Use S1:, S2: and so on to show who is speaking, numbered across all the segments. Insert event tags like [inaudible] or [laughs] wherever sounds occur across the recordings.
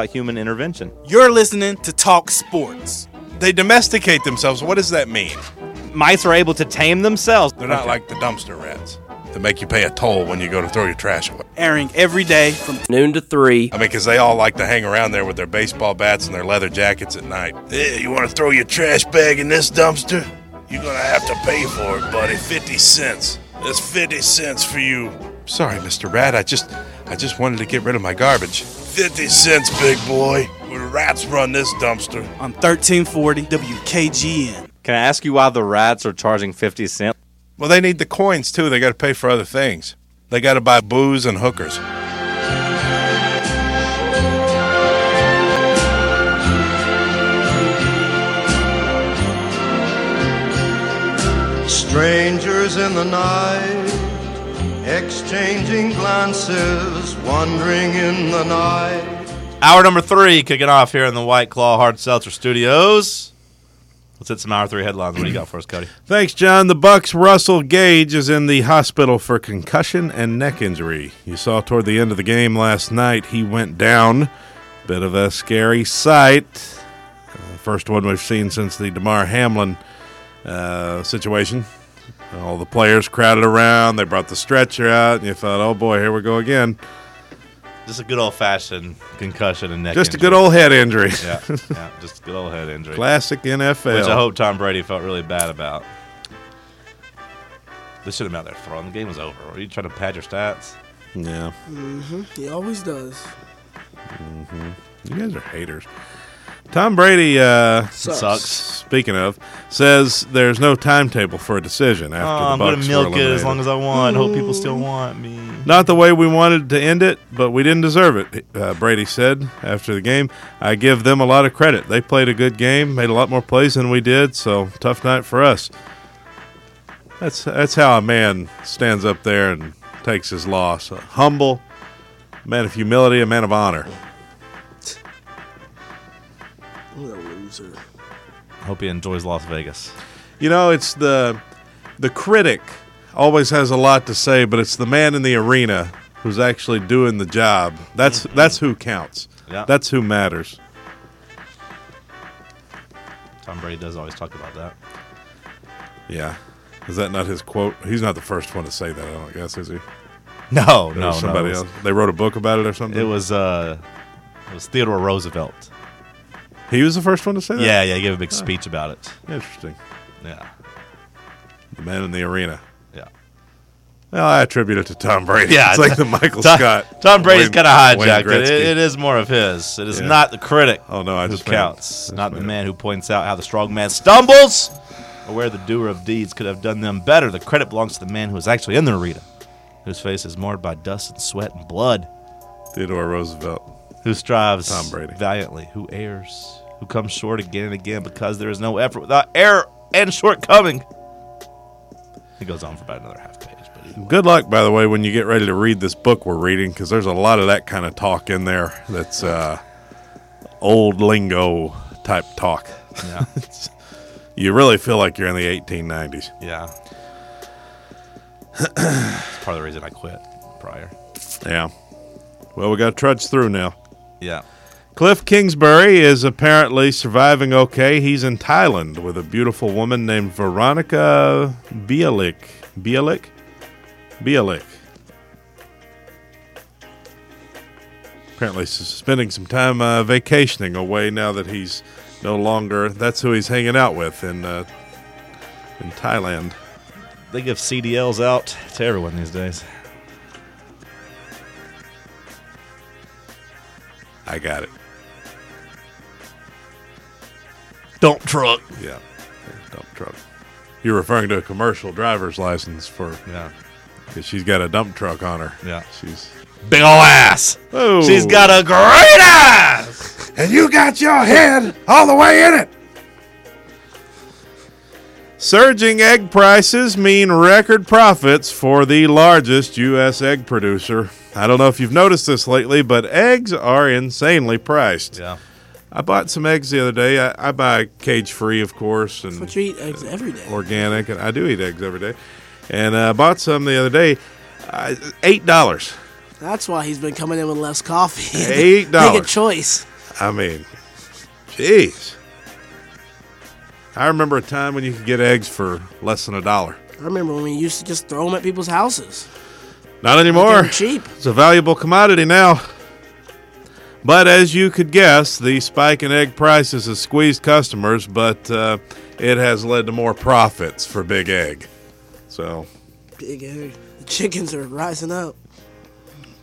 S1: by human intervention.
S2: You're listening to Talk Sports.
S3: They domesticate themselves. What does that mean?
S1: Mice are able to tame themselves.
S3: They're not like the dumpster rats that make you pay a toll when you go to throw your trash away.
S2: Airing every day from
S4: noon to three.
S3: I mean, because they all like to hang around there with their baseball bats and their leather jackets at night. Yeah, you want to throw your trash bag in this dumpster? You're going to have to pay for it, buddy. 50 cents. That's 50 cents for you. Sorry, Mr. Rat. I just I just wanted to get rid of my garbage. 50 cents, big boy. When rats run this dumpster.
S2: on 1340 WKGN.
S1: Can I ask you why the rats are charging 50 cents?
S3: Well, they need the coins too. They got to pay for other things. They got to buy booze and hookers.
S5: Strangers in the night, exchanging glances, wandering in the night.
S6: Hour number three kicking off here in the White Claw Hard Seltzer Studios. Let's hit some hour three headlines. What do you got for us, Cody?
S3: Thanks, John. The Bucks' Russell Gage is in the hospital for concussion and neck injury. You saw toward the end of the game last night, he went down. Bit of a scary sight. Uh, first one we've seen since the DeMar Hamlin uh, situation. All the players crowded around. They brought the stretcher out, and you thought, oh boy, here we go again.
S6: Just a good old fashioned concussion and neck.
S3: Just a
S6: injury.
S3: good old head injury.
S6: yeah, yeah, just a good old head injury,
S3: Classic NFL.
S6: which I hope Tom Brady felt really bad about. They should have been out there throwing. The game was over. Are you trying to pad your stats?
S3: Yeah.
S7: He always does.
S3: You guys are haters. Tom Brady, uh,
S7: Sucks.
S6: Sucks.
S3: speaking of, says there's no timetable for a decision after
S6: Oh,
S3: the
S6: I'm
S3: Bucks
S6: gonna milk it
S3: were
S6: as
S3: eliminated.
S6: long as I want. Hope people still want me.
S3: Not the way we wanted to end it, but we didn't deserve it, uh, Brady said after the game. I give them a lot of credit. They played a good game, made a lot more plays than we did, so tough night for us. That's that's how a man stands up there and takes his loss. A humble man of humility, a man of honor.
S7: What a loser.
S6: Hope he enjoys Las Vegas.
S3: You know, it's the the critic always has a lot to say, but it's the man in the arena who's actually doing the job. That's that's who counts.
S6: Mm-hmm. Yeah.
S3: That's who matters.
S6: Tom Brady does always talk about that.
S3: Yeah. Is that not his quote? He's not the first one to say that, I don't guess, is he?
S6: [laughs] No,
S3: Or
S6: no,
S3: somebody
S6: no, it was-
S3: else. They wrote a book about it or something.
S6: It was uh, it was Theodore Roosevelt.
S3: he was the first one to say that.
S6: Yeah, yeah, he gave a big speech about it.
S3: Interesting.
S6: Yeah,
S3: The man in the arena.
S6: yeah.
S3: Well, I attribute it to Tom Brady.
S6: Yeah,
S3: it's like the
S6: [laughs]
S3: Michael
S6: Tom,
S3: Scott.
S6: Tom Brady's
S3: Wayne-
S6: kind of
S3: Wayne
S6: hijacked it.
S3: Gretzky.
S6: It- It is more of his. It is
S3: Yeah.
S6: not the critic.
S3: Oh, no, I
S6: who
S3: just made it.
S6: counts.
S3: Just
S6: Not the
S3: made it.
S6: man who points out how the strong man stumbles, or where the doer of deeds could have done them better. The credit belongs to the man who is actually in the arena, whose face is marred by dust and sweat and blood,
S3: Theodore Roosevelt.
S6: who strives
S3: Tom Brady.
S6: valiantly, who errs, who comes short again and again because there is no effort without error and shortcoming. It goes on for about another half page, but
S3: [laughs]
S6: either way.
S3: Good luck, by the way, when you get ready to read this book we're reading, because there's a lot of that kind of talk in there that's uh, old lingo type talk.
S6: yeah,
S3: You really feel like you're in the 1890s.
S6: yeah. it's part of the reason I quit prior.
S3: Yeah. Well, we got to trudge through now.
S6: Yeah.
S3: Cliff Kingsbury is apparently surviving okay. He's in Thailand with a beautiful woman named Veronica Bialik. Bialik? Bialik. Apparently, s- spending some time uh, vacationing away now that he's no longer. That's who he's hanging out with in uh, in Thailand.
S6: They give CDLs out to everyone these days.
S3: I got it.
S6: Dump truck.
S3: Yeah, dump truck. You're referring to a commercial driver's license for
S6: Yeah.
S3: because she's got a dump truck on her.
S6: Yeah.
S3: she's
S6: Big ol' ass.
S3: Oh.
S6: She's got a great ass.
S3: And you got your head all the way in it. Surging egg prices mean record profits for the largest U.S. egg producer. I don't know if you've noticed this lately, but eggs are insanely priced.
S6: Yeah.
S3: I bought some eggs the other day. I, I buy cage free, of course, and
S7: But you eat eggs every day.
S3: organic, and I do eat eggs every day. And uh, I bought some the other day. Uh, Eight dollars.
S7: That's why he's been coming in with less coffee.
S3: Eight
S7: [laughs] Make a
S3: dollars.
S7: choice.
S3: I mean, jeez. I remember a time when you could get eggs for less than a dollar.
S7: I remember when we used to just throw them at people's houses.
S3: Not
S7: They
S3: anymore.
S7: were cheap.
S3: It's a valuable commodity now. But as you could guess, the spike in egg prices has squeezed customers, but uh, it has led to more profits for Big Egg. So
S7: Big egg. The chickens are rising up.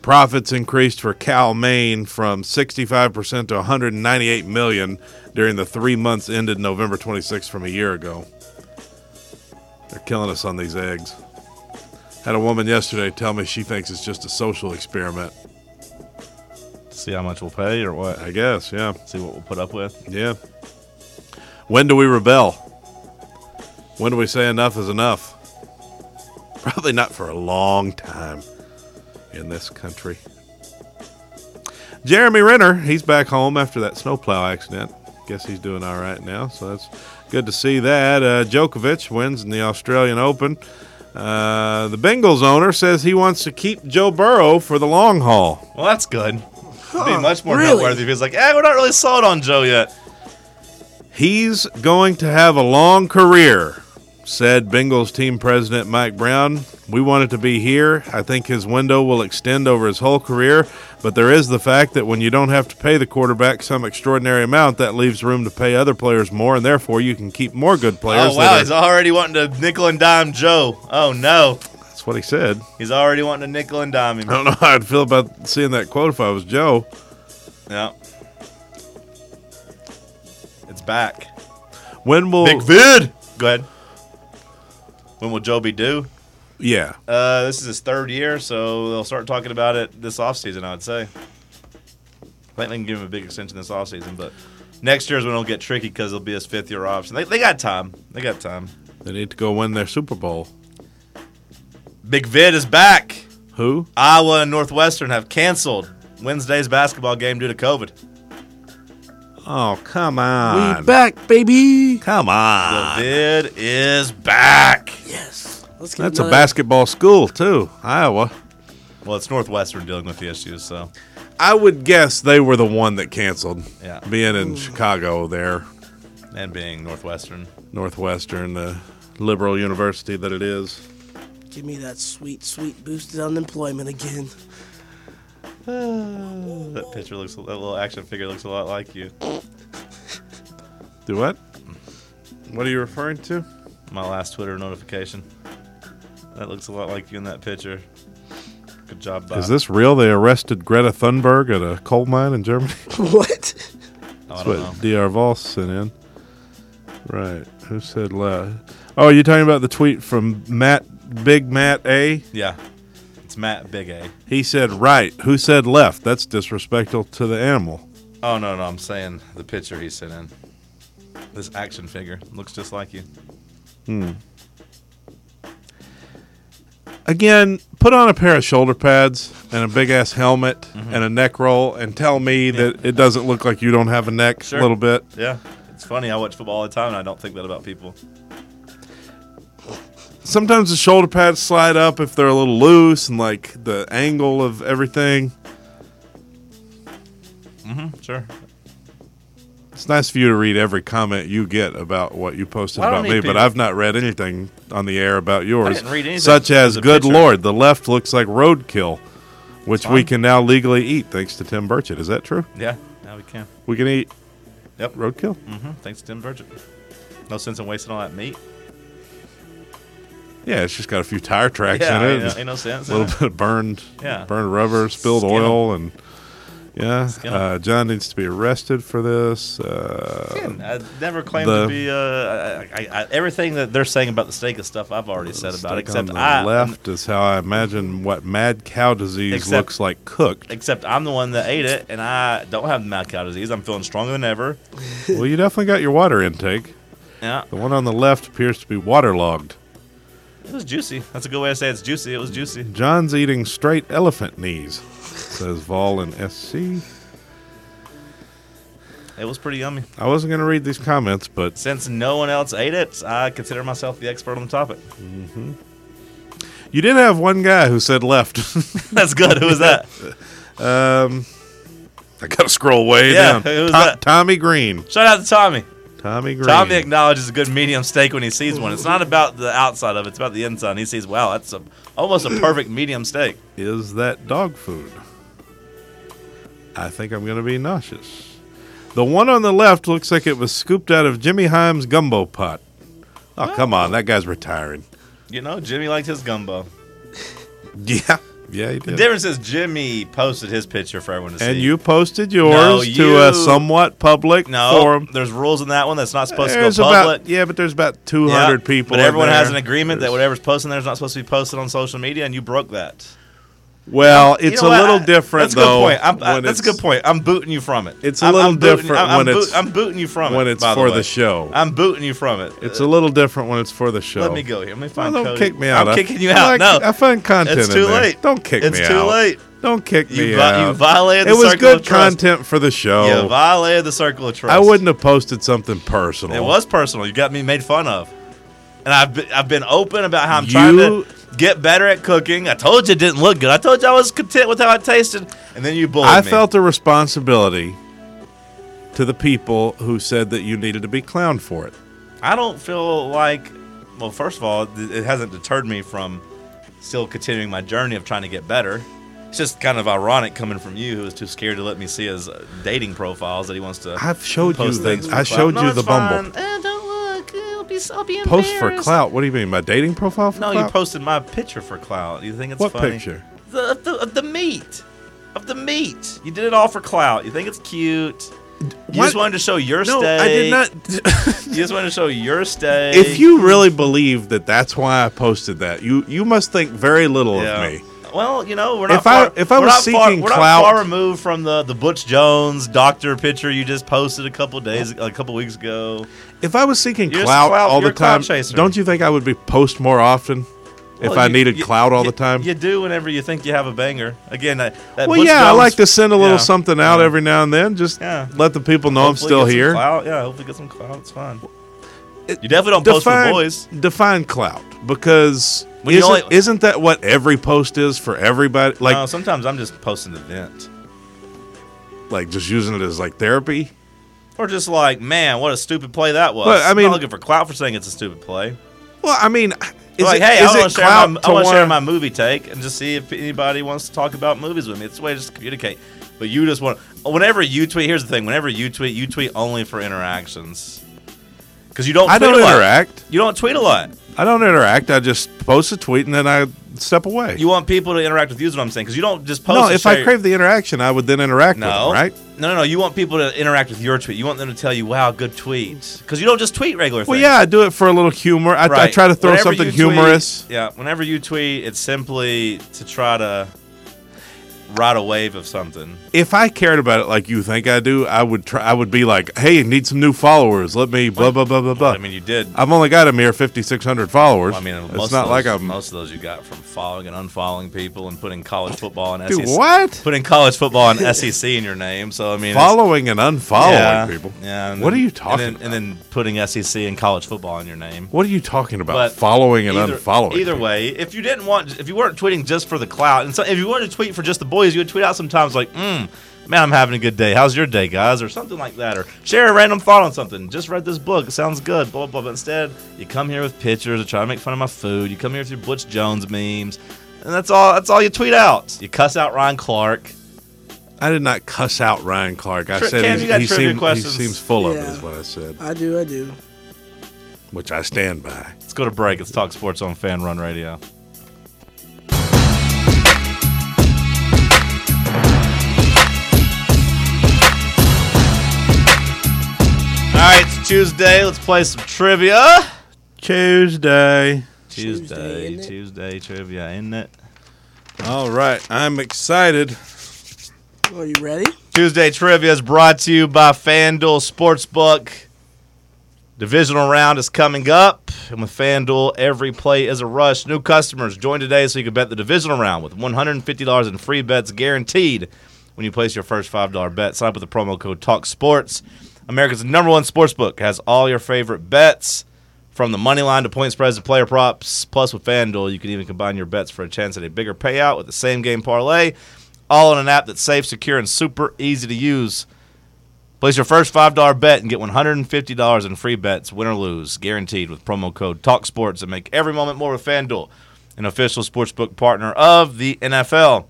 S3: profits increased for CalMaine from 65% to 198 million during the three months ended November 26 from a year ago. They're killing us on these eggs. Had a woman yesterday tell me she thinks it's just a social experiment.
S6: See how much we'll pay or what?
S3: I guess, yeah.
S6: See what we'll put up with.
S3: Yeah. When do we rebel? When do we say enough is enough? [laughs] Probably not for a long time in this country. Jeremy Renner, he's back home after that snowplow accident. Guess he's doing all right now, so that's good to see that. Uh, Djokovic wins in the Australian Open. Uh, the Bengals owner says he wants to keep Joe Burrow for the long haul.
S6: Well, that's good. It'd be much more
S7: really?
S6: noteworthy if he was like, "Eh, we're not really sold on Joe yet."
S3: He's going to have a long career, said Bengals team president Mike Brown. We wanted to be here. I think his window will extend over his whole career, but there is the fact that when you don't have to pay the quarterback some extraordinary amount, that leaves room to pay other players more, and therefore you can keep more good players.
S6: Oh wow,
S3: that
S6: he's
S3: are-
S6: already wanting to nickel and dime Joe. Oh no,
S3: That's what he said. [laughs]
S6: he's already wanting to nickel and dime
S3: I
S6: him.
S3: don't know how I'd feel about seeing that quote if I was Joe.
S6: Yeah, it's back.
S3: When will.
S6: Oh. Big vid. Go ahead. When will Joe be due?
S3: yeah.
S6: Uh, this is his third year, so they'll start talking about it this offseason, I would say. I think they can give him a big extension this offseason, but next year is when it'll get tricky because it'll be his fifth year option. They, they got time. They got time.
S3: They need to go win their Super Bowl.
S6: Big Vid is back.
S3: Who?
S6: Iowa and Northwestern have canceled Wednesday's basketball game due to COVID.
S3: Oh, come
S7: We
S3: on.
S7: back, baby.
S3: come on.
S6: Vid is back.
S7: Yes. Let's get
S3: That's a
S7: another-
S3: basketball school too, Iowa.
S6: Well, it's Northwestern dealing with the issues, so
S3: I would guess they were the one that canceled.
S6: Yeah.
S3: Being in Chicago there,
S6: and being Northwestern.
S3: Northwestern, the liberal university that it is.
S7: Give me that sweet, sweet boosted unemployment again. [laughs]
S6: That picture looks that little action figure looks a lot like you.
S3: Do what? What are you referring to?
S6: my last Twitter notification. That looks a lot like you in that picture. Good job, Bob.
S3: Is this real? They arrested Greta Thunberg at a coal mine in Germany.
S7: what?
S6: Oh, I
S3: [laughs] That's
S6: don't know.
S3: what Dr. Voss sent in. Right. Who said la Oh, you're talking about the tweet from Matt Big Matt A.
S6: Yeah, it's Matt Big A.
S3: He said right. Who said left? That's disrespectful to the animal.
S6: Oh no, no, I'm saying the picture he sent in. This action figure looks just like you.
S3: again, put on a pair of shoulder pads and a big ass helmet
S6: Mm-hmm.
S3: and a neck roll and tell me that it doesn't look like you don't have a neck
S6: Sure.
S3: a little bit.
S6: Yeah, it's funny. I watch football all the time, and I don't think that about people.
S3: Sometimes the shoulder pads slide up if they're a little loose and like the angle of everything.
S6: Sure.
S3: It's nice for you to read every comment you get about what you posted
S6: Well, I don't
S3: about
S6: need
S3: me, but
S6: people-
S3: I've not read anything on the air about yours.
S6: didn't read anything.
S3: Such
S6: It
S3: as,
S6: was a
S3: good
S6: picture."
S3: lord, the left looks like roadkill, which we can now legally eat thanks to Tim Burchett. Is that true?
S6: Yeah, now we can.
S3: We can eat
S6: Yep.
S3: roadkill?
S6: Mm-hmm. Thanks, to Tim Virgin. No sense in wasting all that meat.
S3: Yeah, it's just got a few tire tracks
S6: Yeah,
S3: in
S6: ain't,
S3: it.
S6: no- ain't no sense.
S3: a
S6: in
S3: little
S6: it.
S3: bit of burned,
S6: Yeah.
S3: burned rubber, spilled
S6: Skin 'em.
S3: oil, and yeah,
S6: Skin 'em.
S3: uh, John needs to be arrested for this. [laughs] Uh,
S6: Again, I never claimed
S3: the-
S6: to be. Uh, I, I, I, everything that they're saying about the steak is stuff I've already said about. it,
S3: steak on
S6: Except
S3: the
S6: I
S3: left is how I imagine what mad cow disease
S6: Except-
S3: looks like cooked.
S6: Except I'm the one that ate it, and I don't have mad cow disease. I'm feeling stronger than ever.
S3: well, you definitely got your water intake.
S6: Yeah,
S3: The one on the left appears to be waterlogged.
S6: it was juicy. That's a good way to say it's juicy. It was juicy.
S3: John's eating straight elephant knees, says Vol in SC.
S6: It was pretty yummy.
S3: I wasn't going to read these comments, but
S6: Since no one else ate it, I consider myself the expert on the topic. [laughs]
S3: you did have one guy who said left.
S6: That's good. Who was that?
S3: Um, [laughs] I gotta scroll way
S6: Yeah,
S3: down.
S6: who's
S3: To-
S6: that?
S3: Tommy Green.
S6: Shout out to Tommy.
S3: Tommy Green.
S6: Tommy acknowledges a good medium steak when he sees one. It's not about the outside of it; it's about the inside. And he sees, wow, that's a, almost a perfect medium steak.
S3: is that dog food? I think I'm going to be nauseous. The one on the left looks like it was scooped out of Jimmy Himes' gumbo pot. Oh, come on. That guy's retiring.
S6: You know, Jimmy liked his gumbo.
S3: Yeah. Yeah, he
S6: The
S3: did.
S6: difference is Jimmy posted his picture for everyone to see.
S3: And you posted yours
S6: you-
S3: to a somewhat public
S6: no,
S3: forum.
S6: there's rules in that one. That's not supposed
S3: There's
S6: to go public.
S3: about, yeah, but there's about
S6: Yeah,
S3: 200 people.
S6: But
S3: in
S6: everyone has an
S3: there.
S6: agreement that
S3: There's-
S6: whatever's posted there is not supposed to be posted on social media, and you broke that.
S3: Well, it's
S6: You know
S3: a
S6: what?
S3: little
S6: I-
S3: different,
S6: that's
S3: though.
S6: A good point. I'm, I-
S3: when
S6: that's a
S3: it's-
S6: good point. I'm booting you from it.
S3: It's a
S6: I'm-
S3: little
S6: I'm booting-
S3: different
S6: I'm, I'm
S3: when
S6: boot-
S3: it's-
S6: I'm booting you from it
S3: when it's
S6: by
S3: for
S6: way.
S3: the show.
S6: I'm booting you from it.
S3: It's a little different when it's for the show.
S6: Let me go here. Let me
S3: Well,
S6: find.
S3: don't
S6: Cody.
S3: kick me out.
S6: I'm
S3: I-
S6: kicking you
S3: I
S6: out.
S3: like-
S6: no,
S3: I find content.
S6: It's
S3: in
S6: too
S3: there.
S6: late.
S3: Don't kick
S6: It's
S3: me out.
S6: too late.
S3: Don't kick
S6: You
S3: me
S6: vi-
S3: out.
S6: you violated
S3: It
S6: the
S3: was
S6: circle
S3: good
S6: of trust.
S3: content for the
S6: you
S3: show.
S6: violated the circle of trust.
S3: I wouldn't have posted something personal.
S6: It was personal. You got me made fun of, and I've been, I've been open about how I'm
S3: You-
S6: trying to get better at cooking. I told you it didn't look good. I told you I was content with how I tasted, and then you bullied
S3: I
S6: me.
S3: felt a responsibility to the people who said that you needed to be clowned for it.
S6: I don't feel like. Well, first of all, th- it hasn't deterred me from still continuing my journey of trying to get better. It's just kind of ironic coming from you, who is too scared to let me see his uh, dating profiles that he wants to.
S3: I've showed
S6: post
S3: you
S6: things.
S3: the,
S6: for
S3: I
S6: clout.
S3: showed
S6: No,
S3: you
S6: it's
S3: the Bumble
S6: fine. Eh, don't look. It'll be, I'll be
S3: post for
S6: embarrassed.
S3: clout. What do you mean, my dating profile? For
S6: No,
S3: clout?
S6: you posted my picture for clout. You think it's
S3: What
S6: funny?
S3: picture?
S6: The, of the of the meat, of the meat. You did it all for clout. You think it's cute. You
S3: What?
S6: just wanted to show your
S3: No,
S6: steak.
S3: I did not.
S6: [laughs] You just wanted to show your steak.
S3: if you really believe that that's why I posted that, you you must think very little
S6: Yeah.
S3: of me.
S6: Well, you know, we're not.
S3: If I-
S6: far,
S3: if I
S6: we're
S3: was
S6: not far,
S3: seeking
S6: we're
S3: clout-
S6: not far removed from the the Butch Jones doctor picture you just posted a couple days, a couple weeks ago.
S3: If I was seeking
S6: You're just
S3: clout,
S6: clout-
S3: all
S6: you're
S3: the
S6: a clout
S3: time,
S6: chaser.
S3: don't you think I would be post more often if
S6: Well,
S3: I
S6: you-
S3: needed
S6: you-
S3: clout all
S6: you-
S3: the time?
S6: You do whenever you think you have a banger. Again, that, that
S3: well,
S6: Butch
S3: yeah, I
S6: Jones-
S3: like to send a little
S6: yeah.
S3: something out
S6: Yeah.
S3: every now and then. Just
S6: Yeah.
S3: let the people know
S6: Hopefully
S3: I'm still
S6: get some
S3: here.
S6: Clout. Yeah, hopefully get some clout. It's fine.
S3: It-
S6: you definitely don't post for the boys.
S3: define clout because
S6: When you
S3: isn't,
S6: only-
S3: isn't that what every post is for everybody? Like,
S6: no, Uh, sometimes I'm just posting the vent.
S3: like just using it as like therapy.
S6: Or just like, man, what a stupid play that was.
S3: But, I
S6: I'm
S3: mean-
S6: not looking for clout for saying it's a stupid play.
S3: Well, I mean, is
S6: like,
S3: it,
S6: hey,
S3: is
S6: I want
S3: it
S6: to share,
S3: clout
S6: my,
S3: to
S6: I wanna share
S3: want-
S6: my movie take and just see if anybody wants to talk about movies with me. It's a way to just communicate. But you just want whenever you tweet. Here's the thing: whenever you tweet, you tweet only for interactions because you don't.
S3: I
S6: tweet
S3: don't
S6: a lot.
S3: interact.
S6: You don't tweet a lot.
S3: I don't interact. I just post a tweet and then I step away.
S6: You want people to interact with you. Is what I'm saying because you don't just post.
S3: no,
S6: and
S3: if
S6: share-
S3: I crave the interaction, I would then interact with
S6: [laughs] No,
S3: them, right?
S6: No, no, no. You want people to interact with your tweet. You want them to tell you, "Wow, good tweet," because you don't just tweet regular
S3: Well,
S6: things.
S3: yeah, I do it for a little humor. I, I
S6: Right.
S3: try to throw
S6: Whenever
S3: something
S6: you tweet-
S3: humorous.
S6: yeah, whenever you tweet, it's simply to try to ride a wave of something.
S3: If I cared about it like you think I do, I would try. I would be like, "Hey, need some new followers. Let me blah blah blah blah blah."
S6: But I mean, you did.
S3: I've only got a mere fifty six hundred followers.
S6: I mean, most
S3: it's
S6: of
S3: not
S6: those,
S3: like I'm.
S6: most of those you got from following and unfollowing people and putting college football and
S3: Dude,
S6: SEC.
S3: what?
S6: Putting college football and SEC in your name. So I mean, it's-
S3: Following and unfollowing
S6: yeah,
S3: people.
S6: Yeah. and
S3: What
S6: then-
S3: are you talking?
S6: And then, and then putting SEC and college football in your name.
S3: what are you talking about?
S6: But
S3: following and
S6: either,
S3: unfollowing.
S6: Either
S3: people?
S6: way, if you didn't want, if you weren't tweeting just for the clout, and so if you wanted to tweet for just the boys, you would tweet out sometimes like, mm, "Man, I'm having a good day. How's your day, guys?" or something like that, or share a random thought on something. Just read this book. It sounds good. Blah blah. blah. But instead, you come here with pictures and try to make fun of my food. You come here with your Butch Jones memes, and that's all. That's all you tweet out. You cuss out Ryan Clark.
S3: I did not cuss out Ryan Clark. I
S6: Tri-
S3: said
S6: Cam,
S3: he's-
S6: you got
S3: he,
S6: trivia
S3: seemed, he
S6: questions?
S3: seems full of
S7: Yeah.
S3: it, is what I said,
S7: I do, I do.
S3: which I stand by.
S6: Let's go to break. Let's talk sports on Fan Run Radio. All right, it's Tuesday. Let's play some trivia.
S3: Tuesday.
S6: Tuesday,
S7: Tuesday,
S6: Tuesday,
S7: innit?
S6: trivia, isn't it?
S3: All right, I'm excited.
S7: Are you ready?
S6: Tuesday trivia is brought to you by FanDuel Sportsbook. Divisional round is coming up, and with FanDuel, every play is a rush. New customers join today so you can bet the divisional round with $150 in free bets guaranteed when you place your first $5 bet. Sign up with the promo code TALKSPORTS. America's number one sportsbook has all your favorite bets from the money line to point spreads to player props. Plus, with FanDuel, you can even combine your bets for a chance at a bigger payout with the same game parlay. all on an app that's safe, secure, and super easy to use. Place your first $5 bet and get $150 in free bets, win or lose, guaranteed with promo code TALKSPORTS and make every moment more with FanDuel, an official sportsbook partner of the NFL.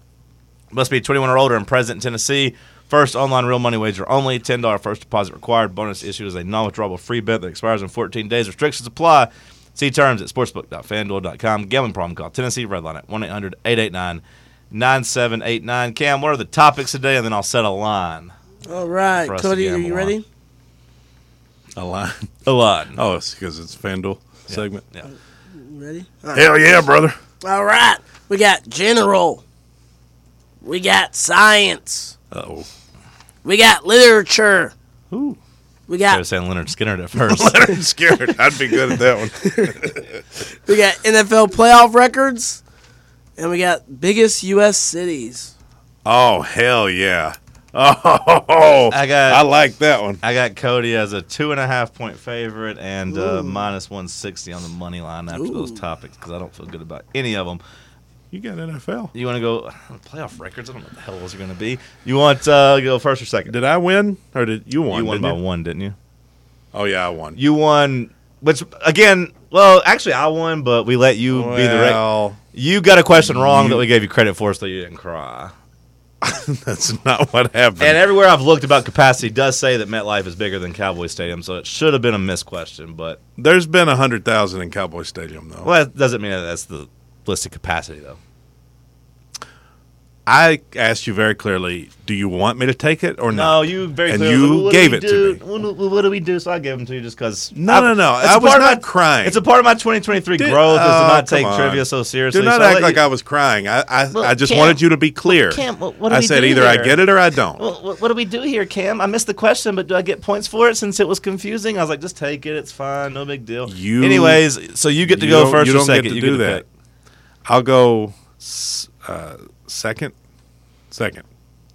S6: Must be 21 or older and present in Tennessee. First online real money wager only. $10 first deposit required. Bonus issued is a non withdrawable free bet that expires in 14 days. Restrictions apply. See terms at sportsbook.fanduel.com. Gambling problem call Tennessee Redline at 1 800 889 9789. Cam, what are the topics today? And then I'll set a line.
S7: All right,
S6: For us to
S7: Cody, are
S6: gamble
S7: you
S6: on.
S7: ready?
S3: A line.
S6: A line.
S3: Oh, it's because it's FanDuel segment.
S6: Yeah.
S7: You ready? All right.
S3: Hell yeah, brother.
S7: All right. We got general. We got science.
S3: Uh oh. [laughs]
S7: We got literature. We
S6: I
S7: got
S6: was saying Leonard Skinner at first.
S3: [laughs] I'm scared. I'd be good at that one.
S7: We got NFL playoff records, and we got biggest U.S. cities.
S3: Oh hell yeah! Oh,
S6: I got-
S3: I like that one.
S6: I got Cody as a two and a half point favorite and uh, minus 160 on the money line after those topics because I don't feel good about any of them.
S3: You got NFL.
S6: You want to go [sighs] playoff records? I don't know what the hell those are going to be. You want uh, go first or second?
S3: Did I win or did you won?
S6: you won
S3: didn't
S6: by
S3: you?
S6: one, didn't you?
S3: Oh yeah, I won.
S6: You won, which again, well, actually, I won, but we let you be the rec-
S3: Well, [laughs]
S6: You got a question wrong
S3: You-
S6: that we gave you credit for, so you didn't cry.
S3: that's not what happened.
S6: And everywhere I've looked about capacity does say that MetLife is bigger than Cowboy Stadium, so it should have been a missed question, but
S3: There's been a hundred thousand in Cowboy Stadium though.
S6: well, that doesn't mean that that's the listed capacity though.
S3: I asked you very clearly, do you want me to take it or
S6: No,
S3: not?
S6: Oh, you very
S3: And
S6: clearly-
S3: you
S6: what do
S3: gave
S6: we
S3: it to
S6: do?
S3: me.
S6: What, do- what do we do? So I gave them to you just because.
S3: No, no, no. I was not crying.
S6: It's a part of my 2023
S3: Did-
S6: growth is to
S3: oh,
S6: not
S3: come
S6: take
S3: on.
S6: trivia so seriously.
S3: Do not
S6: so I'll
S3: act
S6: let
S3: like
S6: you-
S3: I was crying. I I,
S6: Well,
S3: I just
S6: Cam-
S3: wanted you to be clear.
S6: Cam, what- what do
S3: I
S6: we
S3: said
S6: do
S3: either I
S6: there?
S3: get it or I don't.
S6: Well, what, what do we do here, Cam? I missed the question, but do I get points for it since it was confusing? I was like, just take it. It's fine. No big deal.
S3: You-
S6: Anyways, so you get to
S3: you
S6: go
S3: don't-
S6: first
S3: you
S6: or
S3: don't get
S6: second.
S3: to
S6: you
S3: do
S6: get
S3: that.
S6: pick.
S3: I'll go s- uh, second. Second.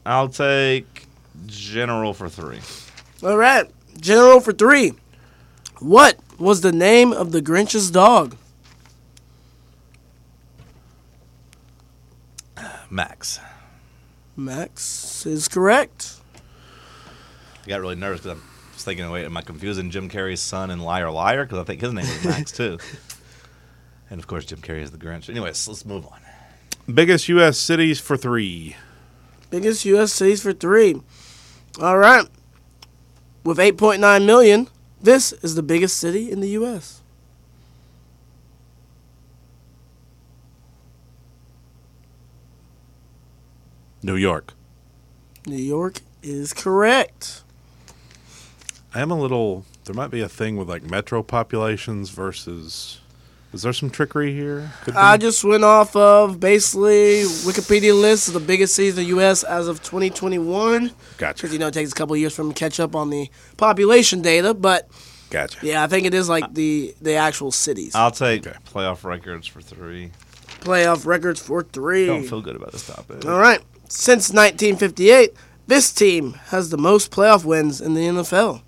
S6: I'll take general for three.
S7: All right, general for three. What was the name of the Grinch's dog?
S6: Max.
S7: Max is correct.
S6: I got really nervous because I was thinking, wait, am I confusing Jim Carrey's son and Liar Liar? Because I think his name was Max, [laughs] too. and of course, Jim Carrey is the Grinch. Anyways, let's move on.
S3: Biggest U.S. cities for three.
S7: Biggest U.S. cities for three. All right. With 8.9 million, this is the biggest city in the U.S.
S3: New York.
S7: New York is correct.
S3: I am a little. There might be a thing with like metro populations versus. Is there some trickery here? Could
S7: I
S3: be.
S7: just went off of basically Wikipedia list of the biggest cities in the U.S. as of 2021.
S3: gotcha.
S7: because you know it takes a couple of years for them to catch up on the population data. But
S3: Gotcha.
S7: yeah, I think it is like the the actual cities
S6: I'll take
S3: Okay.
S6: playoff records for three.
S7: playoff records for
S6: I don't
S7: three.
S6: feel good about this topic.
S7: All right, since 1958, this team has the most playoff wins in the NFL.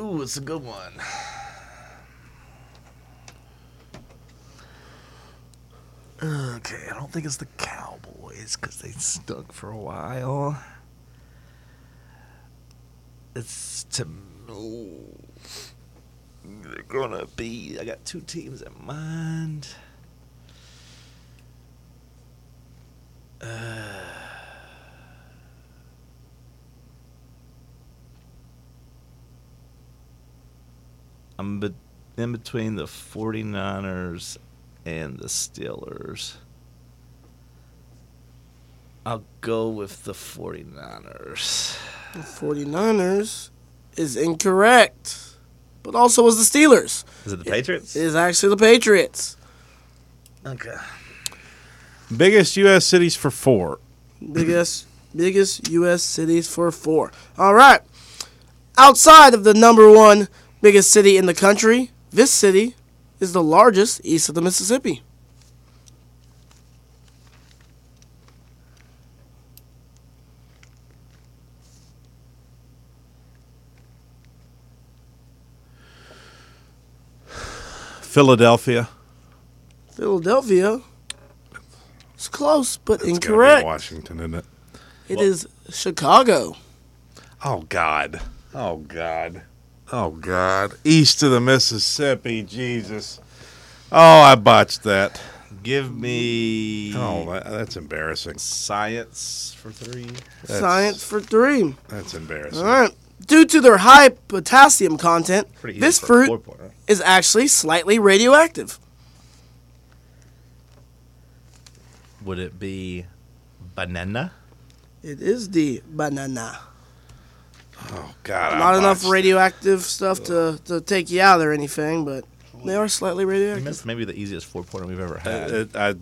S6: Ooh, it's a good one. Okay, I don't think it's the Cowboys because they stuck for a while. It's to they're gonna be. I got two teams in mind. I'm be- in between the 49ers and the Steelers. I'll go with the 49ers.
S7: The 49ers is incorrect, but also was the Steelers.
S6: Is it the Patriots?
S7: It is actually the Patriots.
S6: Okay.
S3: Biggest U.S. cities for four.
S7: biggest biggest U.S. cities for four. All right. Outside of the number one biggest city in the country, this city is the largest east of the Mississippi.
S3: Philadelphia.
S7: Philadelphia. It's close, but
S3: It's gotta be
S7: incorrect.
S3: Washington, isn't it?
S7: It is Chicago.
S3: Oh God. Oh God. Oh God. East of the Mississippi, Jesus. Oh, I botched that.
S6: Give me
S3: Oh, that, that's embarrassing.
S6: science for three.
S3: That's-
S7: Science for three.
S3: That's
S7: All
S3: embarrassing.
S7: right. Due to their high potassium content,
S6: Pretty easy
S7: this
S6: for a
S7: fruit
S6: four-pointer.
S7: is actually slightly radioactive.
S6: Would it be banana?
S7: It is the banana.
S3: Oh God. I
S7: Not enough
S3: botched-
S7: radioactive stuff to, to take you out or anything, but they are slightly
S6: I
S7: radioactive.
S6: missed maybe the easiest four pointer we've ever had.
S3: Uh, it- I-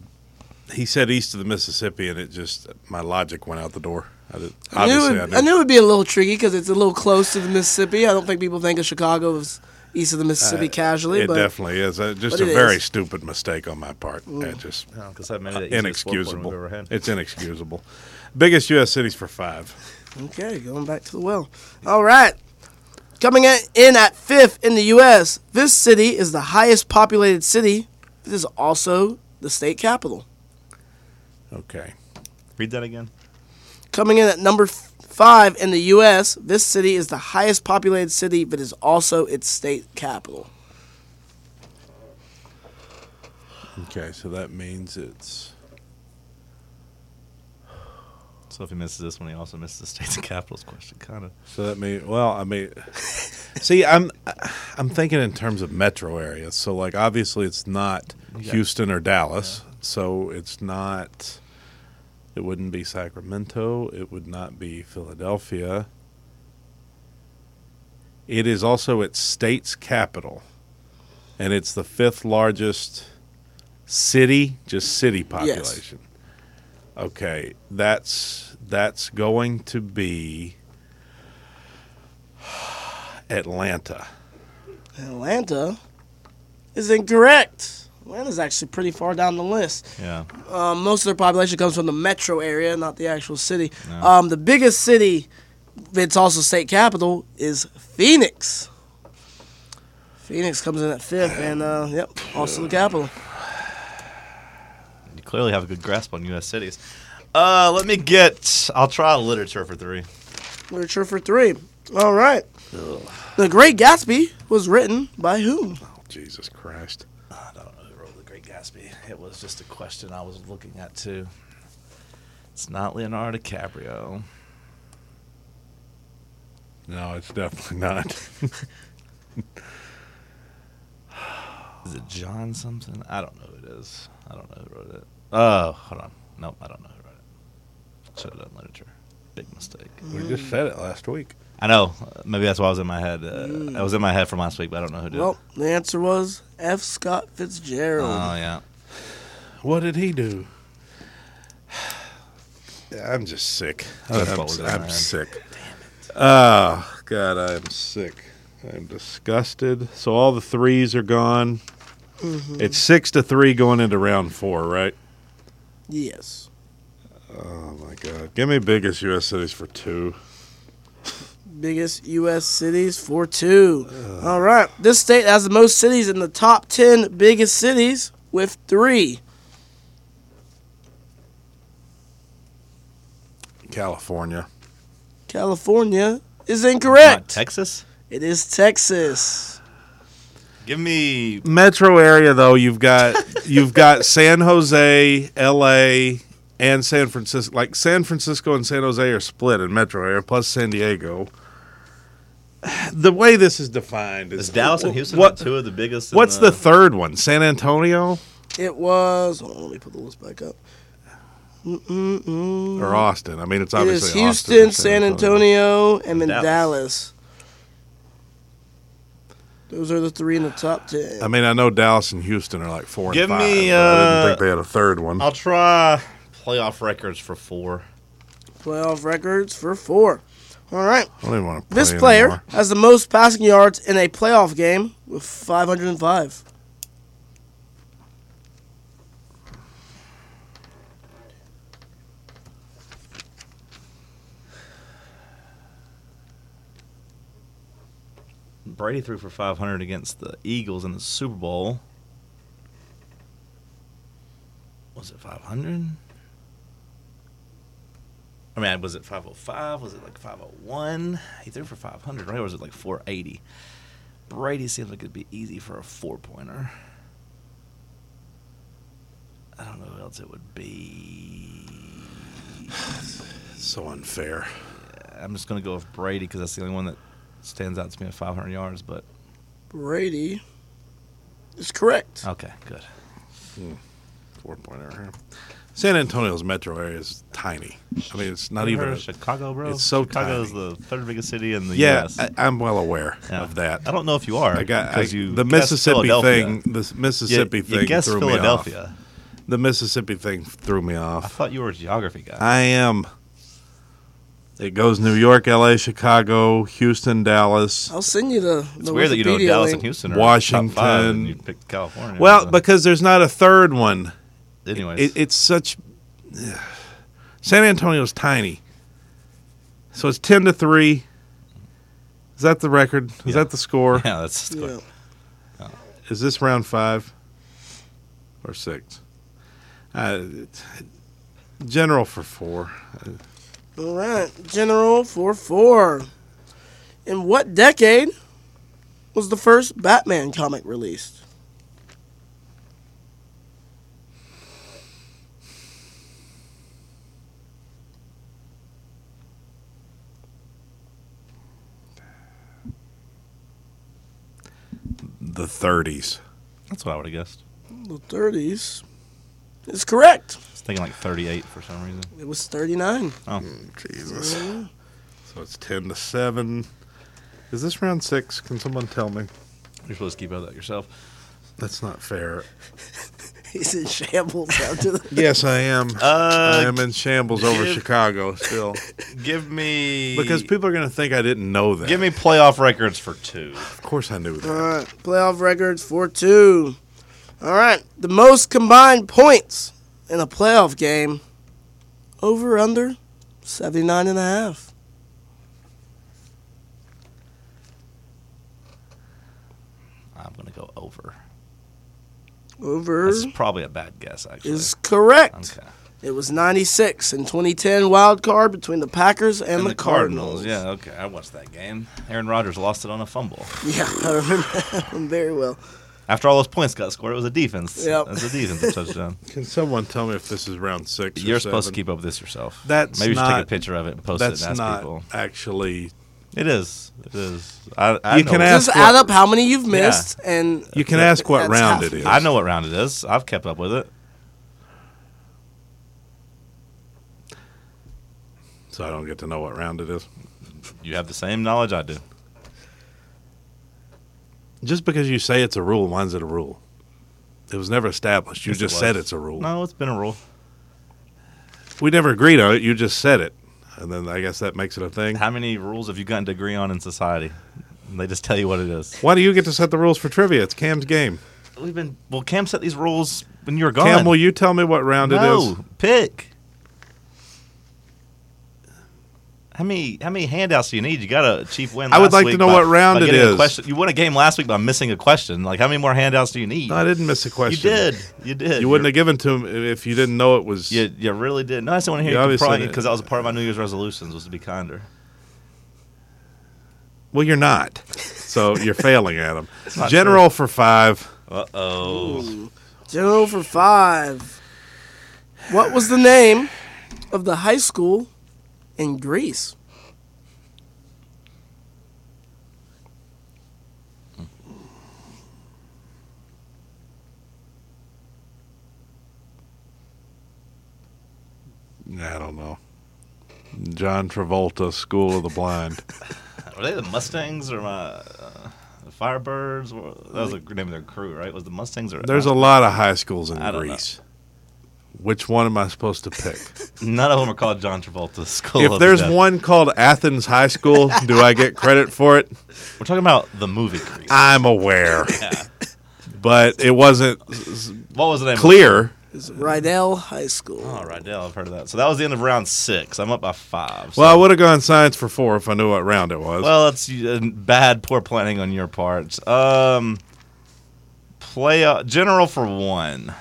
S3: he said east of the Mississippi, and it just my logic went out the door. I did,
S7: I knew,
S3: obviously,
S7: it, I knew it would be a little tricky because it's a little close to the Mississippi. I don't think people think of Chicago as east of the Mississippi casually,
S3: It
S7: but
S3: definitely is. Uh, just
S7: but
S3: a
S7: it
S3: very
S7: is.
S3: stupid mistake on my part. That just
S6: Because I maybe the easiest
S3: Uh, inexcusable.
S6: four-pointer we've ever had.
S3: It's inexcusable. Biggest U.S. cities for five.
S7: okay, going back to the well. All right, coming in- in at fifth in the U.S., this city is the highest populated city. This is also the state capital.
S3: Okay.
S6: Read that again.
S7: Coming in at number f- five in the U.S., this city is the highest populated city, but is also its state capital.
S3: Okay. So that means it's.
S6: So if he misses this one, he also misses the states and capitals question. Kind of.
S3: So that means well, I mean, [laughs] see, I'm I'm thinking in terms of metro areas. So like, obviously, it's not Houston or Dallas. So it's not. It wouldn't be Sacramento. It would not be Philadelphia. It is also its state's capital, and it's the fifth largest city, just city population. Okay, that's that's going to be [sighs] Atlanta.
S7: Atlanta is incorrect. Atlanta's actually pretty far down the list.
S6: Yeah.
S7: Um, most of their population comes from the metro area, not the actual city.
S6: No.
S7: Um, the biggest city, it's also state capital, is Phoenix. Phoenix comes in at fifth, and uh, yep, also the capital.
S6: You clearly have a good grasp on U.S. cities. Uh, let me get. I'll try literature for three.
S7: Literature for three. All right. The Great Gatsby was written by whom?
S3: Jesus Christ.
S6: I don't know who wrote The Great Gatsby. It was just a question I was looking at too. It's not Leonardo DiCaprio.
S3: No, it's definitely not.
S6: Is it John something? I don't know who it is. I don't know who wrote it. Oh, hold on. Nope, I don't know who wrote it. Should have done literature. Big mistake.
S3: we just said it last week.
S6: I know. Uh, Maybe that's why I was in my head. Uh, I was in my head from last week, but I don't know who did.
S7: Well,
S6: it.
S7: the answer was F. Scott
S6: oh
S7: Fitzgerald.
S6: yeah.
S3: What did he do? I'm just sick.
S6: That's
S3: I'm,
S6: what we're doing,
S3: I'm
S6: man.
S3: sick. Oh, God, I'm sick. I'm disgusted. So all the threes are gone. It's six to three going into round four, right?
S7: Yes.
S3: Oh, my God. Give me biggest U.S. cities for two.
S7: Biggest U.S. cities for two. All right. This state has the most cities in the top 10 biggest cities with three.
S3: California.
S7: California is
S6: Not
S7: incorrect.
S6: Texas.
S7: it is Texas.
S6: Give me.
S3: metro area though you've got you've
S7: [laughs]
S3: got San Jose, LA, and San Francisco. Like San Francisco and San Jose are split in metro area plus San Diego. The way this is defined is
S6: Is Dallas and Houston
S3: What,
S6: two of the biggest? in
S3: what's the third one? San Antonio
S7: It was. Hold on, let me put the list back up. Mm-mm-mm.
S3: or Austin? I mean, it's
S7: It
S3: obviously
S7: is
S3: Austin,
S7: Houston, San Antonio, and then
S6: Dallas.
S7: Dallas. Those are the three in the top 10.
S3: I mean, I know Dallas and Houston are like four.
S6: Give
S3: and five,
S6: me,
S3: but I
S6: uh,
S3: didn't think they had a third one.
S6: I'll try playoff records for four.
S7: Playoff records for four. All right.
S3: I don't even want to.
S7: This
S3: play
S7: player
S3: anymore.
S7: has the most passing yards in a playoff game with 505.
S6: Brady threw for 500 against the Eagles in the Super Bowl. was it 500? I mean, was it 505? Was it like 501? He threw for 500, right? Or was it like 480? Brady seems like it'd be easy for a four pointer. I don't know who else it would be.
S3: So unfair.
S6: I'm just going to go with Brady because that's the only one that stands out to me at 500 yards, but
S7: Brady is correct.
S6: okay, good.
S3: Four pointer here. San Antonio's metro area is tiny. I mean, it's not even. a-
S6: Chicago, bro.
S3: it's so
S6: Chicago's the third biggest city in the
S3: yeah,
S6: U.S.
S3: I, I'm well aware
S6: Yeah.
S3: of that.
S6: I don't know if you are.
S3: I got I,
S6: because you
S3: the
S6: guessed
S3: Mississippi
S6: Philadelphia.
S3: thing. The
S6: You-
S3: Mississippi
S6: you
S3: thing
S6: guessed
S3: threw me off.
S6: Philadelphia.
S3: The Mississippi thing threw me
S6: I
S3: off.
S6: thought you were a geography guy.
S3: I am. It goes New York, L.A., Chicago, Houston, Dallas.
S6: Oh,
S7: I'll send you the, the
S6: It's weird that you know
S7: Wikipedia
S6: Dallas
S7: link.
S6: and Houston are top five
S3: Washington.
S6: and you picked California.
S3: Well,
S6: so-
S3: because there's not a third one.
S6: anyways,
S3: It, it's such. [sighs] San Antonio's tiny. So it's 10 to 3. Is that the record? Is that
S6: [laughs]
S3: the score?
S6: yeah, that's that's
S7: Yeah.
S6: good.
S3: Is this round five or six? Uh, it- general for four.
S7: All right, General for four. In what decade was the first Batman comic released?
S3: The 30s.
S6: That's what I would have guessed.
S7: The 30s. It's correct.
S6: I was thinking like 38 for some reason.
S7: It was [laughs] 39.
S6: Oh,
S3: Jesus. So it's 10 to 7. Is this round six? Can someone tell me?
S6: you're supposed to keep out that yourself.
S3: That's not fair.
S7: He's in shambles after the.
S3: Yes, I am. I
S6: Uh,
S3: am in shambles over
S6: give-
S3: Chicago still.
S6: [laughs] give me
S3: Because people are going to think I didn't know that.
S6: give me Uh, playoff records for two.
S3: Of course I knew
S7: [laughs] All
S3: that.
S7: right, playoff records for two. All right, the most combined points in a playoff game. Over under 79 and a half.
S6: I'm gonna go over.
S7: Over
S6: That's probably a bad guess actually.
S7: is correct.
S6: okay.
S7: It was 96 in 2010 wild card between the Packers and, the, Cardinals.
S6: Yeah, okay. I watched that game. Aaron Rodgers lost it on a fumble.
S7: Yeah, I remember that one very well.
S6: After all those points got scored, it was a defense.
S7: Yep.
S6: That's a
S7: [laughs]
S6: defensive touchdown.
S3: Can someone tell me if this is round six? or
S6: You're supposed to
S3: seven?
S6: keep up with this yourself.
S3: That's
S6: maybe you should take
S3: not-
S6: a picture of it and post it and
S3: That's
S6: ask
S3: not
S6: people.
S3: actually.
S6: It is. It is. I, I
S3: You
S6: know
S3: can
S6: what-
S3: ask
S7: Just
S3: what-
S7: add up how many you've missed, and
S3: You can ask what
S7: That's
S3: round
S7: half.
S3: it is.
S6: I know what round it is. I've kept up with it.
S3: so I don't get to know what round it is.
S6: You have the same knowledge I do.
S3: Just because you say it's a rule, why is it a rule? It was never established. You
S6: Yes, it
S3: just said
S6: was.
S3: it's a rule.
S6: No, it's been a rule.
S3: We never agreed on it. You just said it, and then I guess that makes it a thing.
S6: How many rules have you gotten to agree on in society? And They just tell you what it is.
S3: Why do you get to set the rules for trivia? It's Cam's game.
S6: We've been well. Cam set these rules when you were gone.
S3: Cam, will you tell me what round it is?
S6: no, pick. How many how many handouts do you need? You got a cheap win.
S3: I would
S6: last
S3: like to
S6: week
S3: know
S6: by-
S3: what round
S6: by
S3: it
S6: getting a
S3: is.
S6: question- You won a game last week by missing a question. Like how many more handouts do you need?
S3: No, I didn't miss a
S6: you
S3: question.
S6: did. You [laughs] did.
S3: You wouldn't have given to him if you didn't know it was.
S6: You, you really did. No, I just want to
S3: You
S6: hear you
S3: obviously
S6: complain
S3: did.
S6: because that was a part of my New Year's resolutions was to be kinder.
S3: Well, you're not. So
S6: [laughs]
S3: you're failing at him.
S6: not
S3: General for five.
S6: Uh oh.
S7: general for five. What was the name of the high school in Greece?
S3: I don't know. John Travolta, School of the Blind.
S6: Were they the Mustangs or my uh, the Firebirds? Or- That was the name of their crew, right? Was the Mustangs or
S3: There's a lot of high schools in
S6: I don't know.
S3: Greece. Which one am I supposed
S6: [laughs]
S3: to pick?
S6: none of them are called John Travolta School.
S3: if
S6: of
S3: there's
S6: Death.
S3: one called Athens High School, do I get credit for it?
S6: we're talking about the movie. Grease. [laughs]
S3: I'm aware. But it wasn't s-
S6: What was the name?
S3: clear.
S7: It's Rydell High School.
S6: Of oh, Rydell. I've heard of that. So that was the end of round six. I'm up by five. So-
S3: Well, I would have gone science for four if I knew what round it was.
S6: well, that's uh, bad, poor planning on your uh, part. Um, play general for one.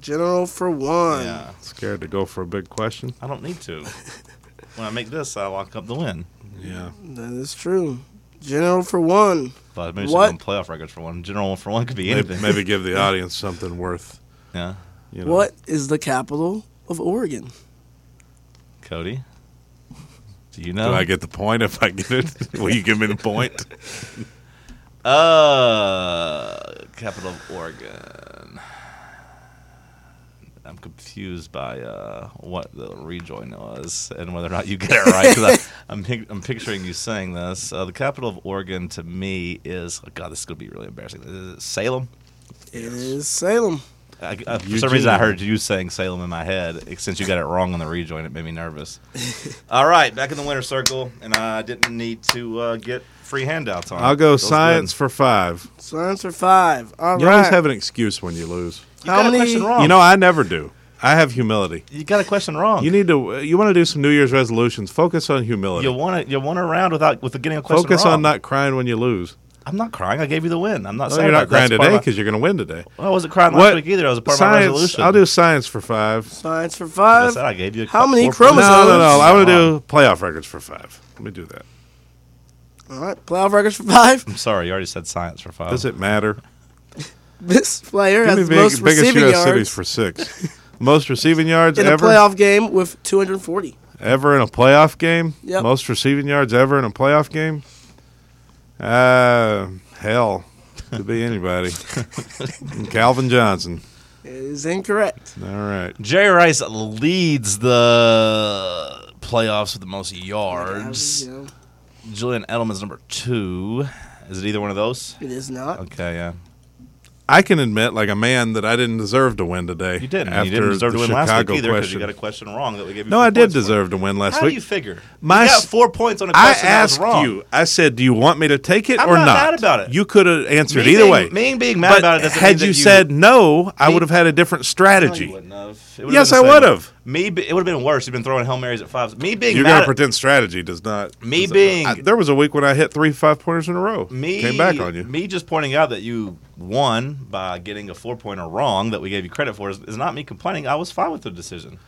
S7: General for one.
S6: Yeah.
S3: Scared to go for a big question?
S6: I don't need
S3: [laughs]
S6: to. when I make this, I lock up the win.
S3: Yeah.
S7: That is true. General for one.
S6: But maybe
S7: What?
S6: some playoff records for one. General for one could be
S3: Maybe,
S6: anything.
S3: [laughs] maybe give the audience something worth.
S6: Yeah.
S3: You know.
S7: What is the capital of Oregon?
S6: Cody. Do you
S3: Do
S6: know?
S3: I get the point if I get it? [laughs] Will you give me the point?
S6: Uh, capital of Oregon. I'm confused by uh, what the rejoin was and whether or not you get it right. 'cause
S3: [laughs]
S6: I, I'm, pic- I'm picturing you saying this. Uh, the capital of Oregon to me is oh God. This is gonna be really embarrassing. Is it Salem.
S7: It is Salem.
S6: I, I, for some reason, I heard you saying Salem in my head. Since you got it wrong on the rejoin, it made me nervous. [laughs] All right, back in the winner circle, and I didn't need to uh, get free handouts on.
S3: [laughs] I'll
S6: it.
S3: go
S6: Feels good.
S3: science for five.
S7: Science for five. All
S3: You always
S7: right. Oh.
S3: have an excuse when you lose.
S6: You
S7: How
S6: got
S7: many-
S6: a question wrong.
S3: You know, I never do. I have humility.
S6: you got a question wrong.
S3: You need to. You want to do some New Year's resolutions? Focus on humility.
S6: You want to you want to round without with getting a question
S3: Focus
S6: wrong.
S3: on not crying when you lose.
S6: I'm not crying. I gave you the win. I'm not
S3: No,
S6: saying
S3: you're
S6: that. That's
S3: not crying
S6: part
S3: today
S6: of my-
S3: because you're going to win today.
S6: Well, I wasn't crying last week either. I was a part of my
S3: science,
S6: resolution.
S3: I'll do science for five.
S7: Science for
S6: Like I
S7: five.
S6: said I gave you. A
S7: How
S6: couple-
S7: many
S6: four- Oh,
S3: No,
S7: chromosomes?
S3: no, no. I want to
S6: Come on.
S3: do playoff records for five. Let me do that.
S7: All right. Playoff records for five. [laughs]
S6: I'm sorry. You already said science for five.
S3: Does it matter?
S7: This player
S3: Give me
S7: has the
S3: big,
S7: most
S3: biggest
S7: receiving
S3: U.S.
S7: yards
S3: cities for six. [laughs] most receiving yards
S7: in a
S3: ever,
S7: playoff game with 240.
S3: ever in a playoff game.
S7: Yep.
S3: Most receiving yards ever in a playoff game. Uh, hell, could be
S7: [laughs]
S3: anybody. Calvin Johnson.
S7: It is incorrect.
S3: All right.
S6: Jerry Rice leads the playoffs with the most yards.
S7: Yeah, you know,
S6: Julian Edelman's number two. Is it either one of those?
S7: It is not.
S6: Okay, yeah.
S3: I can admit, like a man, that I didn't deserve to win today.
S6: You didn't.
S3: After
S6: you didn't deserve
S3: the
S6: to win
S3: Chicago
S6: last week either because
S3: question.
S6: you got a question wrong that we gave you.
S3: no,
S6: four
S3: I did
S6: points for.
S3: deserve to win last
S6: How do
S3: week.
S6: you figure?
S3: My
S6: you got
S3: s-
S6: four points on a
S3: I
S6: question that was
S3: asked
S6: wrong.
S3: you. I said, "Do you want me to take it
S6: I'm
S3: or
S6: not
S3: not?"
S6: mad about it.
S3: You could have answered
S6: Me
S3: either
S6: being-
S3: way.
S6: me being mad
S3: but
S6: about it doesn't
S3: had
S6: mean that
S3: you
S6: you-
S3: said no, I
S6: Me-
S3: would have had a different
S6: No, you
S3: strategy.
S6: wouldn't have. It would've
S3: Yes,
S6: been the
S3: I
S6: same.
S3: would've.
S6: Me, be- it would have been worse. You've been throwing hail marys at fives. Me being
S3: You're
S6: mad
S3: gonna
S6: at-
S3: pretend strategy does not.
S6: Me
S3: does-
S6: being-
S3: I- there was a week when I hit three five pointers in a row.
S6: me
S3: came back on you.
S6: Me just pointing out that you won by getting a four pointer wrong that we gave you credit for is, is not me complaining. I was fine with the decision.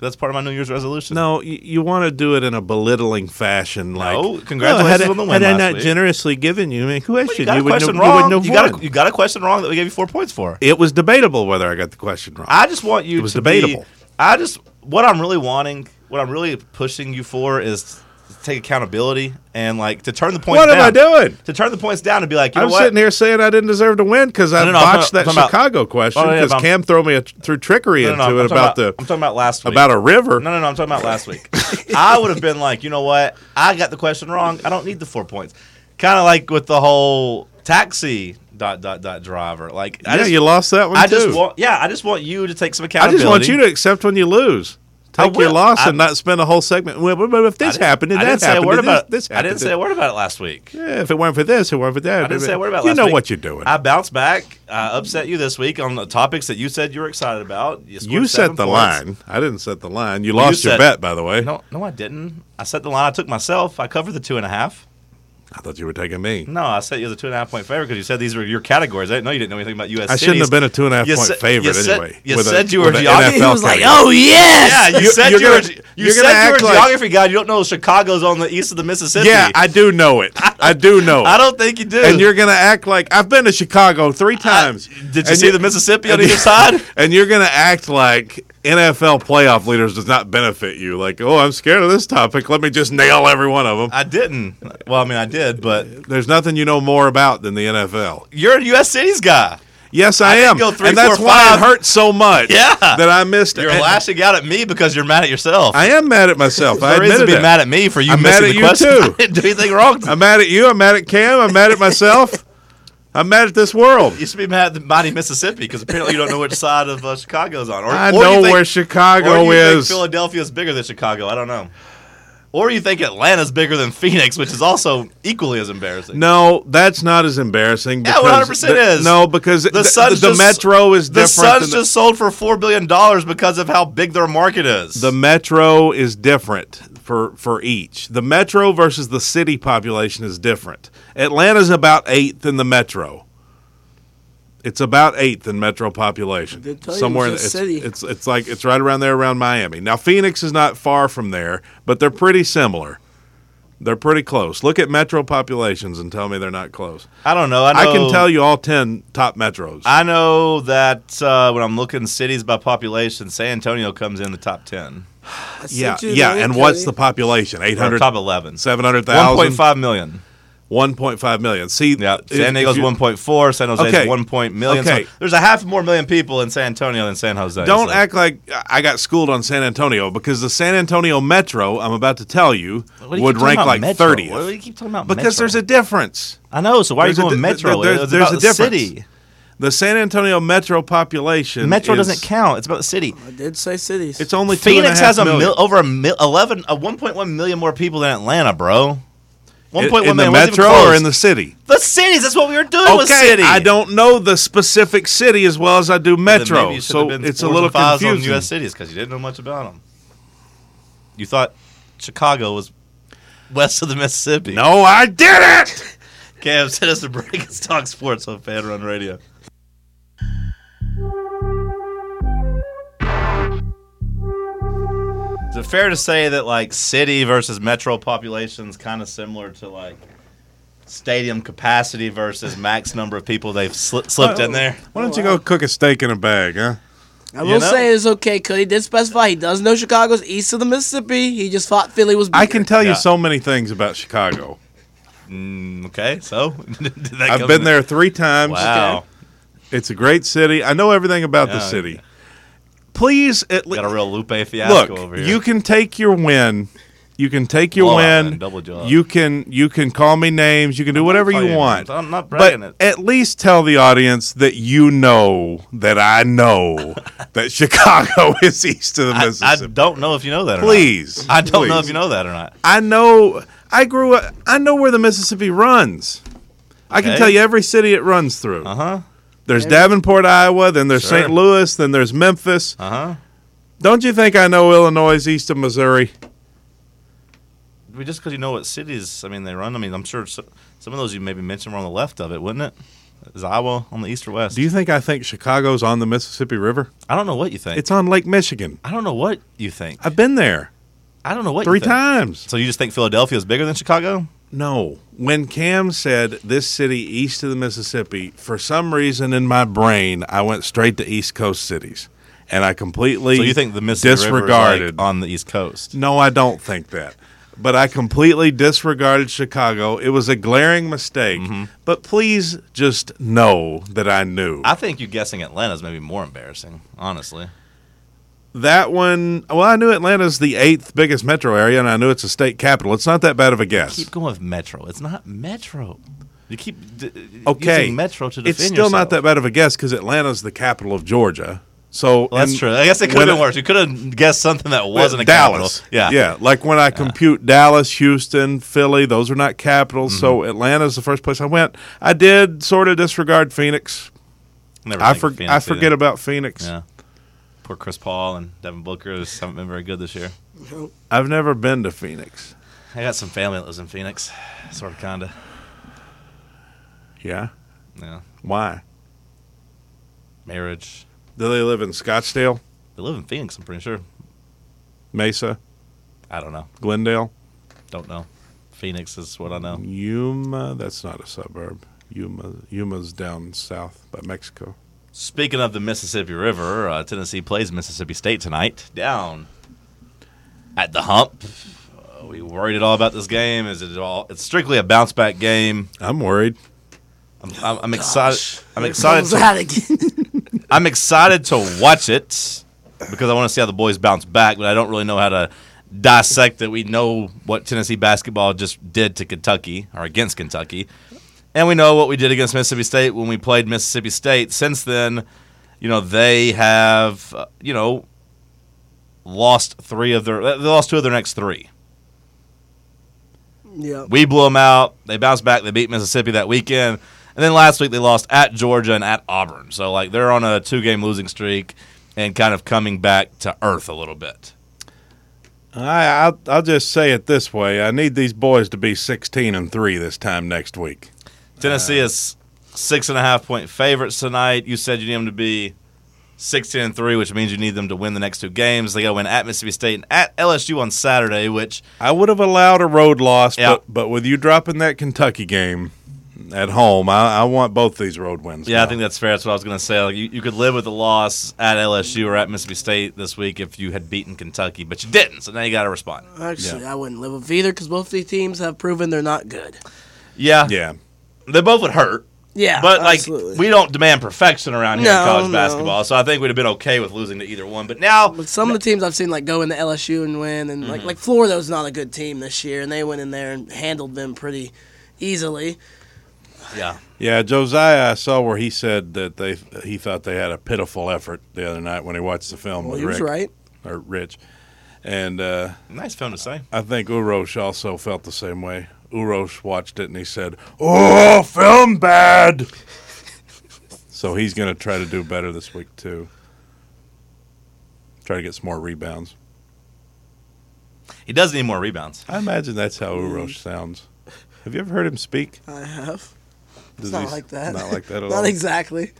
S6: That's part of my New Year's resolution.
S3: No, you, you want to do it in a belittling fashion. Like,
S6: No, congratulations
S3: had I-
S6: on the win
S3: Had I
S6: last
S3: not
S6: week."
S3: generously given you a
S6: Well, you
S3: question,
S6: got a
S3: would
S6: question
S3: know,
S6: wrong.
S3: You would
S6: You
S3: know
S6: got, a, you got a question wrong that we gave you four points for.
S3: It was debatable whether I got the question wrong.
S6: I just want you
S3: It was
S6: to
S3: debatable.
S6: Be, I just what I'm really wanting, what I'm really pushing you for is to take accountability and like to turn the points.
S3: What am
S6: down.
S3: I doing?
S6: To turn the points down and be like, you
S3: I'm
S6: know what?
S3: sitting here saying I didn't deserve to win because I
S6: No, no, no, I'm talking-
S3: botched that
S6: I'm talking about-
S3: Chicago question
S6: Oh, yeah,
S3: because
S6: but I'm-
S3: Cam threw me a, threw trickery
S6: No, no, no,
S3: into
S6: I'm
S3: it
S6: talking
S3: about,
S6: I'm
S3: the
S6: talking about last week.
S3: about a river.
S6: No, no, no. I'm talking about last
S3: [laughs]
S6: week. I would have been like, you know what? I got the question wrong. I don't need the four points. Kind of like with the whole taxi dot dot dot driver. Like, I
S3: yeah,
S6: just,
S3: you lost that one
S6: I
S3: too.
S6: just want, yeah, I just want you to take some
S3: I
S6: accountability.
S3: just want you to accept when you lose.
S6: I
S3: Take your
S6: will.
S3: loss
S6: I-
S3: and not spend a whole segment. Well, but if
S6: I
S3: this
S6: didn't-
S3: happened, and
S6: I
S3: that
S6: didn't say a
S3: happened,
S6: word
S3: and
S6: about it.
S3: this, this
S6: I
S3: happened.
S6: didn't say a word about it last week.
S3: yeah, if it weren't for this, it weren't for that.
S6: I didn't say a word about.
S3: You
S6: last
S3: know
S6: week.
S3: what you're doing.
S6: I bounced back. I upset you this week on the topics that you said you were excited about. scored
S3: you set
S6: seven
S3: the
S6: points.
S3: line. I didn't set the line. You lost your
S6: set-
S3: bet, by the way.
S6: No, no, I didn't. I set the line. I took myself. I covered the two and a half.
S3: I thought you were taking me.
S6: No, I set you as a two and a half point favorite because you said these were your categories. I didn't know you didn't know anything about U.S.
S3: I shouldn't
S6: cities.
S3: have been a two and a half
S6: You
S3: point
S6: said-
S3: favorite
S6: you said-
S3: anyway.
S6: you
S3: with a-
S6: said you
S3: with
S6: were
S3: a
S6: geog-
S7: He
S3: NFL
S7: was like,
S3: category.
S7: oh, yes.
S6: Yeah, you
S3: You're-
S6: said
S3: you're
S6: you were
S3: gonna-
S6: you
S3: you're
S6: said
S3: gonna
S6: you were
S3: act
S6: a
S3: like-
S6: geography guy. You don't know Chicago's on the east of the Mississippi.
S3: Yeah, I do know it. I
S6: [laughs]
S3: do know it.
S6: I don't think you do.
S3: and you're gonna act like I've been to Chicago three times.
S6: did you
S3: And
S6: see the Mississippi on
S3: and
S6: either
S3: you-
S6: side?
S3: [laughs] And you're gonna act like NFL playoff leaders does not benefit you. Like, oh, I'm scared of this topic. Let me just nail every one of them.
S6: I didn't. Well, I mean, I did, but
S3: There's nothing you know more about than the NFL.
S6: you're a U.S. cities guy.
S3: Yes, I, am,
S6: go three,
S3: and that's
S6: four,
S3: why it
S6: five.
S3: hurt so much.
S6: Yeah.
S3: that I missed.
S6: You're
S3: and-
S6: lashing out at me because you're mad at yourself.
S3: I am mad at myself. I
S6: there is
S3: admitted
S6: to be
S3: that.
S6: mad at me for you
S3: I'm mad
S6: missing
S3: at
S6: the
S3: you,
S6: question.
S3: too.
S6: I didn't [laughs] do anything wrong.
S3: I'm mad at you. I'm mad at Cam. I'm mad
S6: [laughs]
S3: at myself. I'm mad at this world.
S6: you should be mad at the mighty Mississippi because apparently you don't know which side of uh, Chicago's on. Or,
S3: I
S6: or
S3: know
S6: you think,
S3: where
S6: or
S3: Chicago
S6: you
S3: is.
S6: Think Philadelphia is bigger than Chicago. I don't know. Or you think Atlanta's bigger than Phoenix, which is also equally as embarrassing.
S3: No, that's not as embarrassing.
S6: Yeah,
S3: because
S6: 100%
S3: the-
S6: is.
S3: No, because the, the,
S6: Suns
S3: the
S6: just-
S3: metro is
S6: The
S3: different.
S6: Suns
S3: than the-
S6: just sold for four billion dollars because of how big their market is.
S3: the metro is different for for each. The metro versus the city population is different. Atlanta's about eighth in the metro. It's about eighth in metro population.
S7: did tell you it
S3: Somewhere
S7: was a
S3: in the,
S7: city.
S3: It's, it's it's like it's right around there around Miami. Now Phoenix is not far from there, but they're pretty similar. They're pretty close. Look at metro populations and tell me they're not close.
S6: I don't know. I,
S3: I
S6: know,
S3: can tell you all ten top metros.
S6: I know that uh, when I'm looking cities by population, San Antonio comes in the top ten,
S7: I sent
S3: yeah,
S7: you
S3: yeah.
S7: link,
S3: And what's the
S7: Cody.
S3: population? Eight
S6: or
S3: hundred,
S6: top eleven.
S3: seven hundred
S6: One point
S3: thousand,
S6: five million.
S3: 1.5 million. See,
S6: Yeah,
S3: if-
S6: San Diego's
S3: if you-
S6: 1.4, San Jose's
S3: Okay.
S6: 1. Point million.
S3: Okay.
S6: So there's a half more million people in San Antonio than San Jose.
S3: Don't
S6: so-
S3: act like I got schooled on San Antonio because the San Antonio Metro, I'm about to tell you,
S6: What do you
S3: would
S6: keep talking
S3: rank
S6: about
S3: like
S6: Metro?
S3: 30th.
S6: Why do you keep talking about
S3: Because
S6: Metro?
S3: there's a difference.
S6: I know. So why are you
S3: there's a
S6: going
S3: di-
S6: metro?
S3: there-
S6: it's
S3: there's
S6: about
S3: a
S6: the
S3: difference.
S6: city.
S3: The San Antonio Metro population
S6: Metro
S3: is-
S6: doesn't count. It's about the city.
S7: I did say cities.
S3: It's only two and
S6: Phoenix
S3: half
S6: has a
S3: million.
S6: mil- over a mil- 11, a 1.1 million more people than Atlanta, bro. 1.1
S3: In-
S6: million.
S3: in the
S6: wasn't even
S3: metro or
S6: close.
S3: in the city.
S6: the cities? That's what we were doing with
S3: Okay,
S6: city.
S3: I don't know the specific city as well as I do
S6: Then
S3: metro,
S6: maybe you should have
S3: so
S6: been
S3: it's a
S6: fours
S3: little
S6: and fives on
S3: confusing.
S6: U.S. cities because you didn't know much about them. You thought Chicago was west of the Mississippi.
S3: No, I did it.
S6: Okay, I've sent us a break. It's Talk Sports on Fan Run Radio. Is it fair to say that like city versus metro populations kind of similar to like stadium capacity versus max number of people they've sli- slipped
S3: Oh.
S6: in there?
S3: Why don't you go cook a steak in a bag, huh?
S7: I will
S6: you know?
S7: say it's okay. Cody did specify he does know Chicago's east of the Mississippi. He just thought Philly was. Bigger.
S3: I can tell
S6: Yeah.
S3: you so many things about Chicago.
S6: Mm, okay, so [laughs] Did that
S3: I've
S6: come
S3: been
S6: in-
S3: there three times.
S6: Wow,
S3: It's a great city. I know everything about the
S6: Yeah.
S3: city. Please, at least
S6: got a real Lupe fiasco over
S3: look.
S6: here.
S3: You can take your win. You can take your
S6: Blowout
S3: win.
S6: win, double job.
S3: You can you can call me names. You can do whatever you want.
S6: Oh, I'm not bragging
S3: But
S6: it.
S3: at least tell the audience that you know that
S6: [laughs]
S3: I know that Chicago [laughs] is east of the
S6: I, I
S3: Mississippi.
S6: don't know if you know that. Or not.
S3: Please,
S6: I don't know if
S3: please.
S6: you know that or not.
S3: I know. I grew up. I know where the Mississippi runs. I can
S6: Okay.
S3: tell you every city it runs through.
S6: Uh huh.
S3: There's Davenport, Iowa. Then there's
S6: Sure.
S3: St. Louis. Then there's Memphis.
S6: Uh huh.
S3: Don't you think I know Illinois is east of Missouri?
S6: We just because you know what cities, I mean, they run. I mean, I'm sure so, some of those you maybe mentioned were on the left of it, wouldn't it? Is Iowa on the east or west?
S3: Do you think I think Chicago's on the Mississippi River?
S6: I don't know what you think.
S3: It's on Lake Michigan.
S6: I don't know what you think.
S3: I've been there
S6: I don't know what
S3: three
S6: you think.
S3: times.
S6: So you just think Philadelphia is bigger than Chicago?
S3: No. When Cam said this city east of the Mississippi, for some reason in my brain, I went straight to East Coast cities. And I completely
S6: So you think the Mississippi
S3: disregarded.
S6: River is like on the east coast?
S3: No, I don't think that. But I completely disregarded Chicago. It was a glaring mistake.
S6: Mm-hmm.
S3: But please just know that I knew.
S6: I think you guessing Atlanta is maybe more embarrassing, honestly.
S3: that one, well, I knew Atlanta's the eighth biggest metro area, and I knew it's a state capital. It's not that bad of a guess.
S6: Keep going with Metro. It's not Metro. You keep d-
S3: okay.
S6: using Metro to defend
S3: It's still
S6: yourself.
S3: not that bad of a guess because Atlanta's the capital of Georgia. So
S6: Well, that's
S3: and
S6: true. I guess it could
S3: when
S6: have been
S3: I-
S6: worse. You could have guessed something that wasn't a
S3: Dallas.
S6: capital. Yeah.
S3: Yeah. Like when I compute Dallas, Houston, Philly, those are not capitals. So
S6: Mm-hmm.
S3: Atlanta's the first place I went. I did sort of disregard Phoenix.
S6: Never
S3: I,
S6: think
S3: for,
S6: of Phoenix
S3: I
S6: either.
S3: forget about Phoenix.
S6: Yeah. Poor Chris Paul and Devin Booker just haven't been very good this year.
S3: I've never been to Phoenix.
S6: I got some family that lives in Phoenix, sort of, kinda.
S3: Yeah.
S6: Yeah.
S3: Why?
S6: Marriage.
S3: Do they live in Scottsdale,
S6: They live in Phoenix. I'm pretty sure.
S3: Mesa,
S6: I don't know.
S3: Glendale,
S6: Don't know. Phoenix is what I know.
S3: Yuma? That's not a suburb. Yuma, Yuma's down south by Mexico.
S6: Speaking of the Mississippi River, uh, Tennessee plays Mississippi State tonight down at the hump. Uh, we worried at all about this game. Is it all? It's strictly a bounce back game.
S3: I'm worried.
S6: I'm, I'm, I'm excited. I'm
S7: Here
S6: excited.
S7: comes
S6: To,
S7: that again.
S6: [laughs] I'm excited to watch it because I want to see how the boys bounce back. But I don't really know how to dissect it. We know what Tennessee basketball just did to Kentucky or against Kentucky, and we know what we did against Mississippi State when we played Mississippi State. Since then, you know they have uh, you know lost three of their they lost two of their next three.
S7: yeah.
S6: We blew them out. They bounced back. They beat Mississippi that weekend. And then last week they lost at Georgia and at Auburn. So like they're on a two-game losing streak and kind of coming back to earth a little bit.
S3: I, I'll, I'll just say it this way: I need these boys to be 16 and three this time next week.
S6: Tennessee is six and a half point favorites tonight. You said you need them to be sixteen and three, which means you need them to win the next two games. They got to win at Mississippi State and at LSU on Saturday, which
S3: I would have allowed a road loss,
S6: Yeah.
S3: but, but with you dropping that Kentucky game at home, I, I want both these road wins.
S6: Yeah, I
S3: now.
S6: think that's fair. That's what I was going to say. Like, you, you could live with the loss at LSU or at Mississippi State this week if you had beaten Kentucky, but you didn't. So now you got to respond.
S7: Actually, I wouldn't live with either because both these teams have proven they're not good.
S6: Yeah,
S3: yeah.
S6: they both would hurt,
S7: Yeah,
S6: but like
S7: absolutely.
S6: we don't demand perfection around here
S7: No,
S6: in college
S7: no.
S6: basketball. So I think we'd have been okay with losing to either one. But now,
S7: But some of the teams I've seen like go into LSU and win, and
S3: Mm-hmm.
S7: like like Florida was not a good team this year, and they went in there and handled them pretty easily.
S6: yeah,
S3: Yeah, Josiah, I saw where he said that they he thought they had a pitiful effort the other night when he watched the film
S7: Well,
S3: with
S7: Oh, he was
S3: Rick
S7: right.
S3: or Rich, and uh,
S6: nice film to say.
S3: I think Urosh also felt the same way. Urosh watched it and he said, "Oh, film bad." so he's going to try to do better this week too. Try to get some more rebounds.
S6: He does need more rebounds.
S3: I imagine that's how Urosh sounds. Have you ever heard him speak?
S7: I have.
S3: Does
S7: It's not
S3: he-
S7: like that.
S3: Not like that at
S7: [laughs] not
S3: all.
S7: exactly.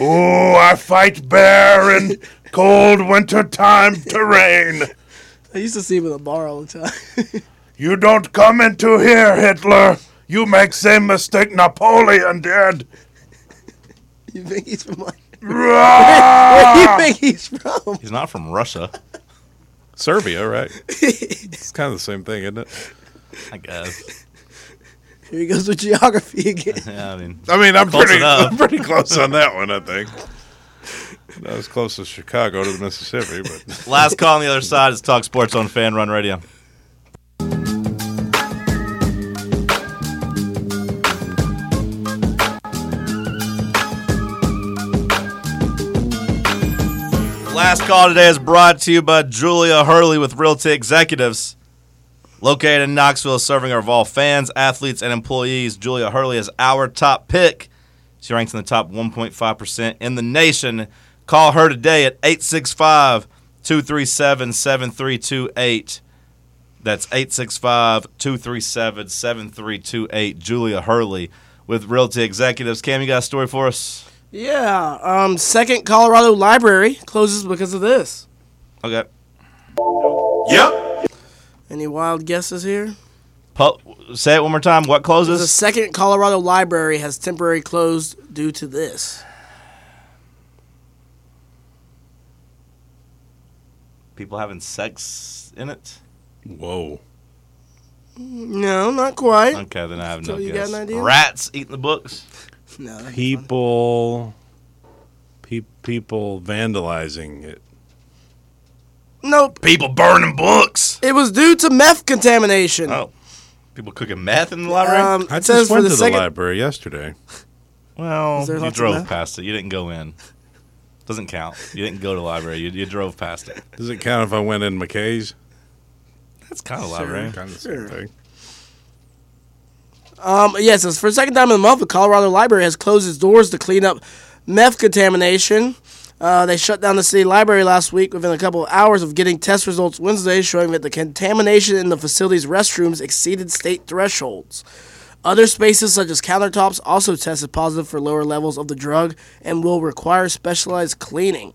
S3: Oh, I fight bear in cold wintertime terrain.
S7: I used to see him in the bar all the time. [laughs]
S3: You don't come into here, Hitler. You make same mistake Napoleon did.
S7: you think he's from like? [laughs] Where do you
S3: Rah!
S7: think he's from?
S6: He's not from Russia,
S3: Serbia, right? It's kind of the same thing, isn't it?
S6: I guess.
S7: Here he goes with geography again.
S3: [laughs]
S6: Yeah, I mean,
S3: I mean, I'm
S6: Close
S3: pretty,
S6: enough.
S3: I'm pretty close on that one, I think. Not as close as Chicago to the Mississippi, but
S6: last call on the other side is Talk Sports on Fan Run Radio. Last call today is brought to you by Julia Hurley with Realty Executives. Located in Knoxville, serving our Vol fans, athletes, and employees, Julia Hurley is our top pick. She ranks in the top 1.5% in the nation. Call her today at 865 237 7328. That's 865 237 7328. Julia Hurley with Realty Executives. Cam, you got a story for us?
S7: Yeah. Um. Second Colorado library closes because of this.
S6: Okay.
S7: Any wild guesses here?
S6: Pu- say it one more time. What
S7: The
S6: closes?
S7: second Colorado library has temporarily closed due to this.
S6: People having sex in it?
S3: whoa.
S7: No, not quite.
S6: Okay, then I have
S7: So
S6: no
S7: you got
S6: guess.
S7: an idea?
S6: Rats eating the books?
S7: No.
S3: People, pe- people vandalizing it.
S7: Nope.
S6: People burning books?
S7: It was due to meth contamination.
S6: Oh. People cooking meth in the library?
S7: Um,
S3: I
S7: it
S3: just
S7: says
S3: went
S7: for the
S3: to
S7: second.
S3: the library yesterday.
S6: Well,
S7: Is there
S6: you
S7: lots of
S6: drove
S7: left?
S6: past it. You didn't go in. Doesn't count. You didn't go to the library. You, you drove past it.
S3: Does it count if I went in McKay's?
S6: That's kind of library.
S3: Kind of the same
S7: Sure.
S3: thing. [laughs]
S7: um, yes, it's for the second time in the month, the Colorado Library has closed its doors to clean up meth contamination. Uh, they shut down the city library last week within a couple of hours of getting test results Wednesday showing that the contamination in the facility's restrooms exceeded state thresholds. Other spaces, such as countertops, also tested positive for lower levels of the drug and will require specialized cleaning.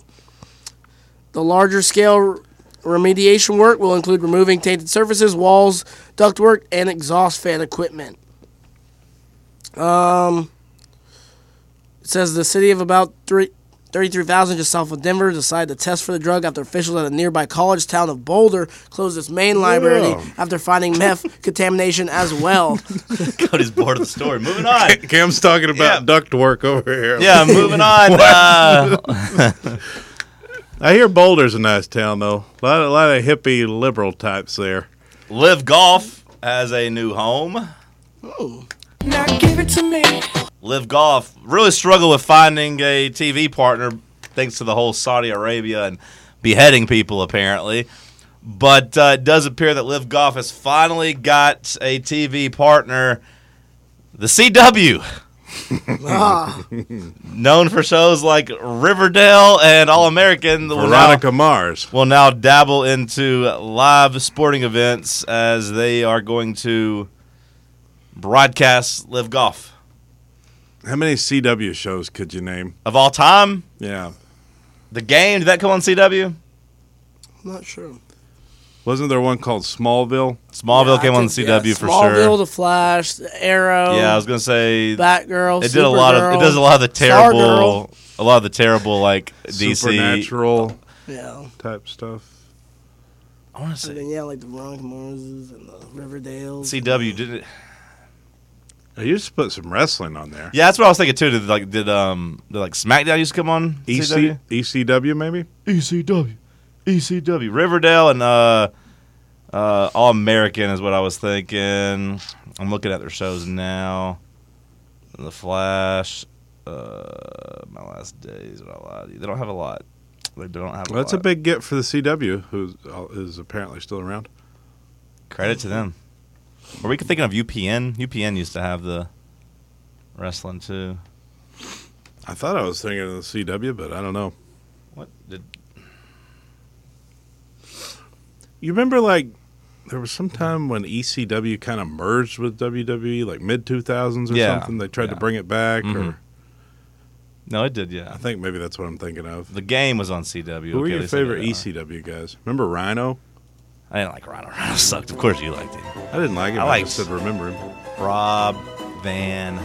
S7: The larger scale remediation work will include removing tainted surfaces, walls, ductwork, and exhaust fan equipment. Um, it says the city of about three- 33,000 just south of Denver decided to test for the drug after officials at a nearby college town of Boulder closed its main library
S3: Yeah.
S7: after finding meth [laughs] contamination as well.
S6: Cody's bored of the story. Moving on.
S3: Cam's talking about
S6: Yeah.
S3: duct work over
S6: [laughs]
S3: here.
S6: Yeah, moving [laughs] on. Uh,
S3: I hear Boulder's a nice town though. A lot, a lot of hippie liberal types there.
S6: Live Golf has a new home.
S7: Oh,
S6: Live Golf really struggled with finding a TV partner thanks to the whole Saudi Arabia and beheading people, apparently. But uh, it does appear that Live Golf has finally got a TV partner, the [laughs] CW.
S7: ah,
S6: known for shows like Riverdale and All American, will now,
S3: Veronica Mars.
S6: will now dabble into live sporting events as they are going to broadcast live golf.
S3: How many CW shows could you name?
S6: Of all time,
S3: Yeah.
S6: the game did that come on CW?
S7: I'm not sure.
S3: Wasn't there one called Smallville?
S6: Smallville
S7: Yeah, I
S6: came on
S7: think-
S6: CW
S7: yeah,
S6: for
S7: Smallville,
S6: sure.
S7: The Flash, The Arrow.
S6: yeah, I was gonna say
S7: Batgirl.
S6: it did a lot of
S7: Supergirl,
S6: it does a lot of the
S7: Stargirl.
S6: terrible a lot of the terrible like DC.
S3: Supernatural
S7: Yeah,
S3: type stuff.
S6: I want
S7: and
S6: to
S7: then, yeah, like the Veronica Marses and the Riverdales.
S6: say CW did it.
S3: I used to put some wrestling on there.
S6: Yeah, that's what I was thinking too. Did like did um did like SmackDown used to come on
S3: EC, ECW E maybe?
S6: ECW, ECW, E Riverdale, and uh, uh, All American is what I was thinking. I'm looking at their shows now. The Flash, uh, My Last Days. What I lied to you. They don't have a lot. They don't have. A
S3: Well, that's a
S6: lot.
S3: big get for the CW, who is apparently still around.
S6: credit to them. Or we could thinking of UPN. UPN used to have the wrestling too.
S3: I thought I was thinking of the CW, but I don't know.
S6: What did
S3: You remember, like, there was some time when E ECW kind of merged with WWE, like mid 2000s or
S6: Yeah,
S3: something. They tried to
S6: yeah.
S3: bring it back,
S6: Mhm.
S3: or
S6: no? It did.
S3: I
S6: Yeah,
S3: think maybe that's what I'm thinking of.
S6: the game was on CW.
S3: Who were
S6: Okay,
S3: your
S6: they said it
S3: favorite E
S6: on-
S3: ECW guys? Remember Rhino?
S6: I didn't like [laughs] Rhino. Rhino sucked. Of course you liked it.
S3: I didn't like him.
S6: I
S3: I,
S6: liked-
S3: just said remember him.
S6: Rob Van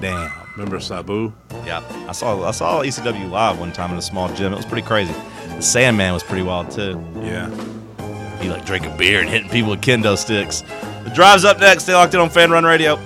S6: Dam.
S3: Remember Sabu?
S6: Yeah, I saw I saw ECW live one time in a small gym. It was pretty crazy. The Sandman was pretty wild too.
S3: Yeah.
S6: He like drank a beer and hitting people with kendo sticks. The drive's up next. They locked it on Fan Run Radio.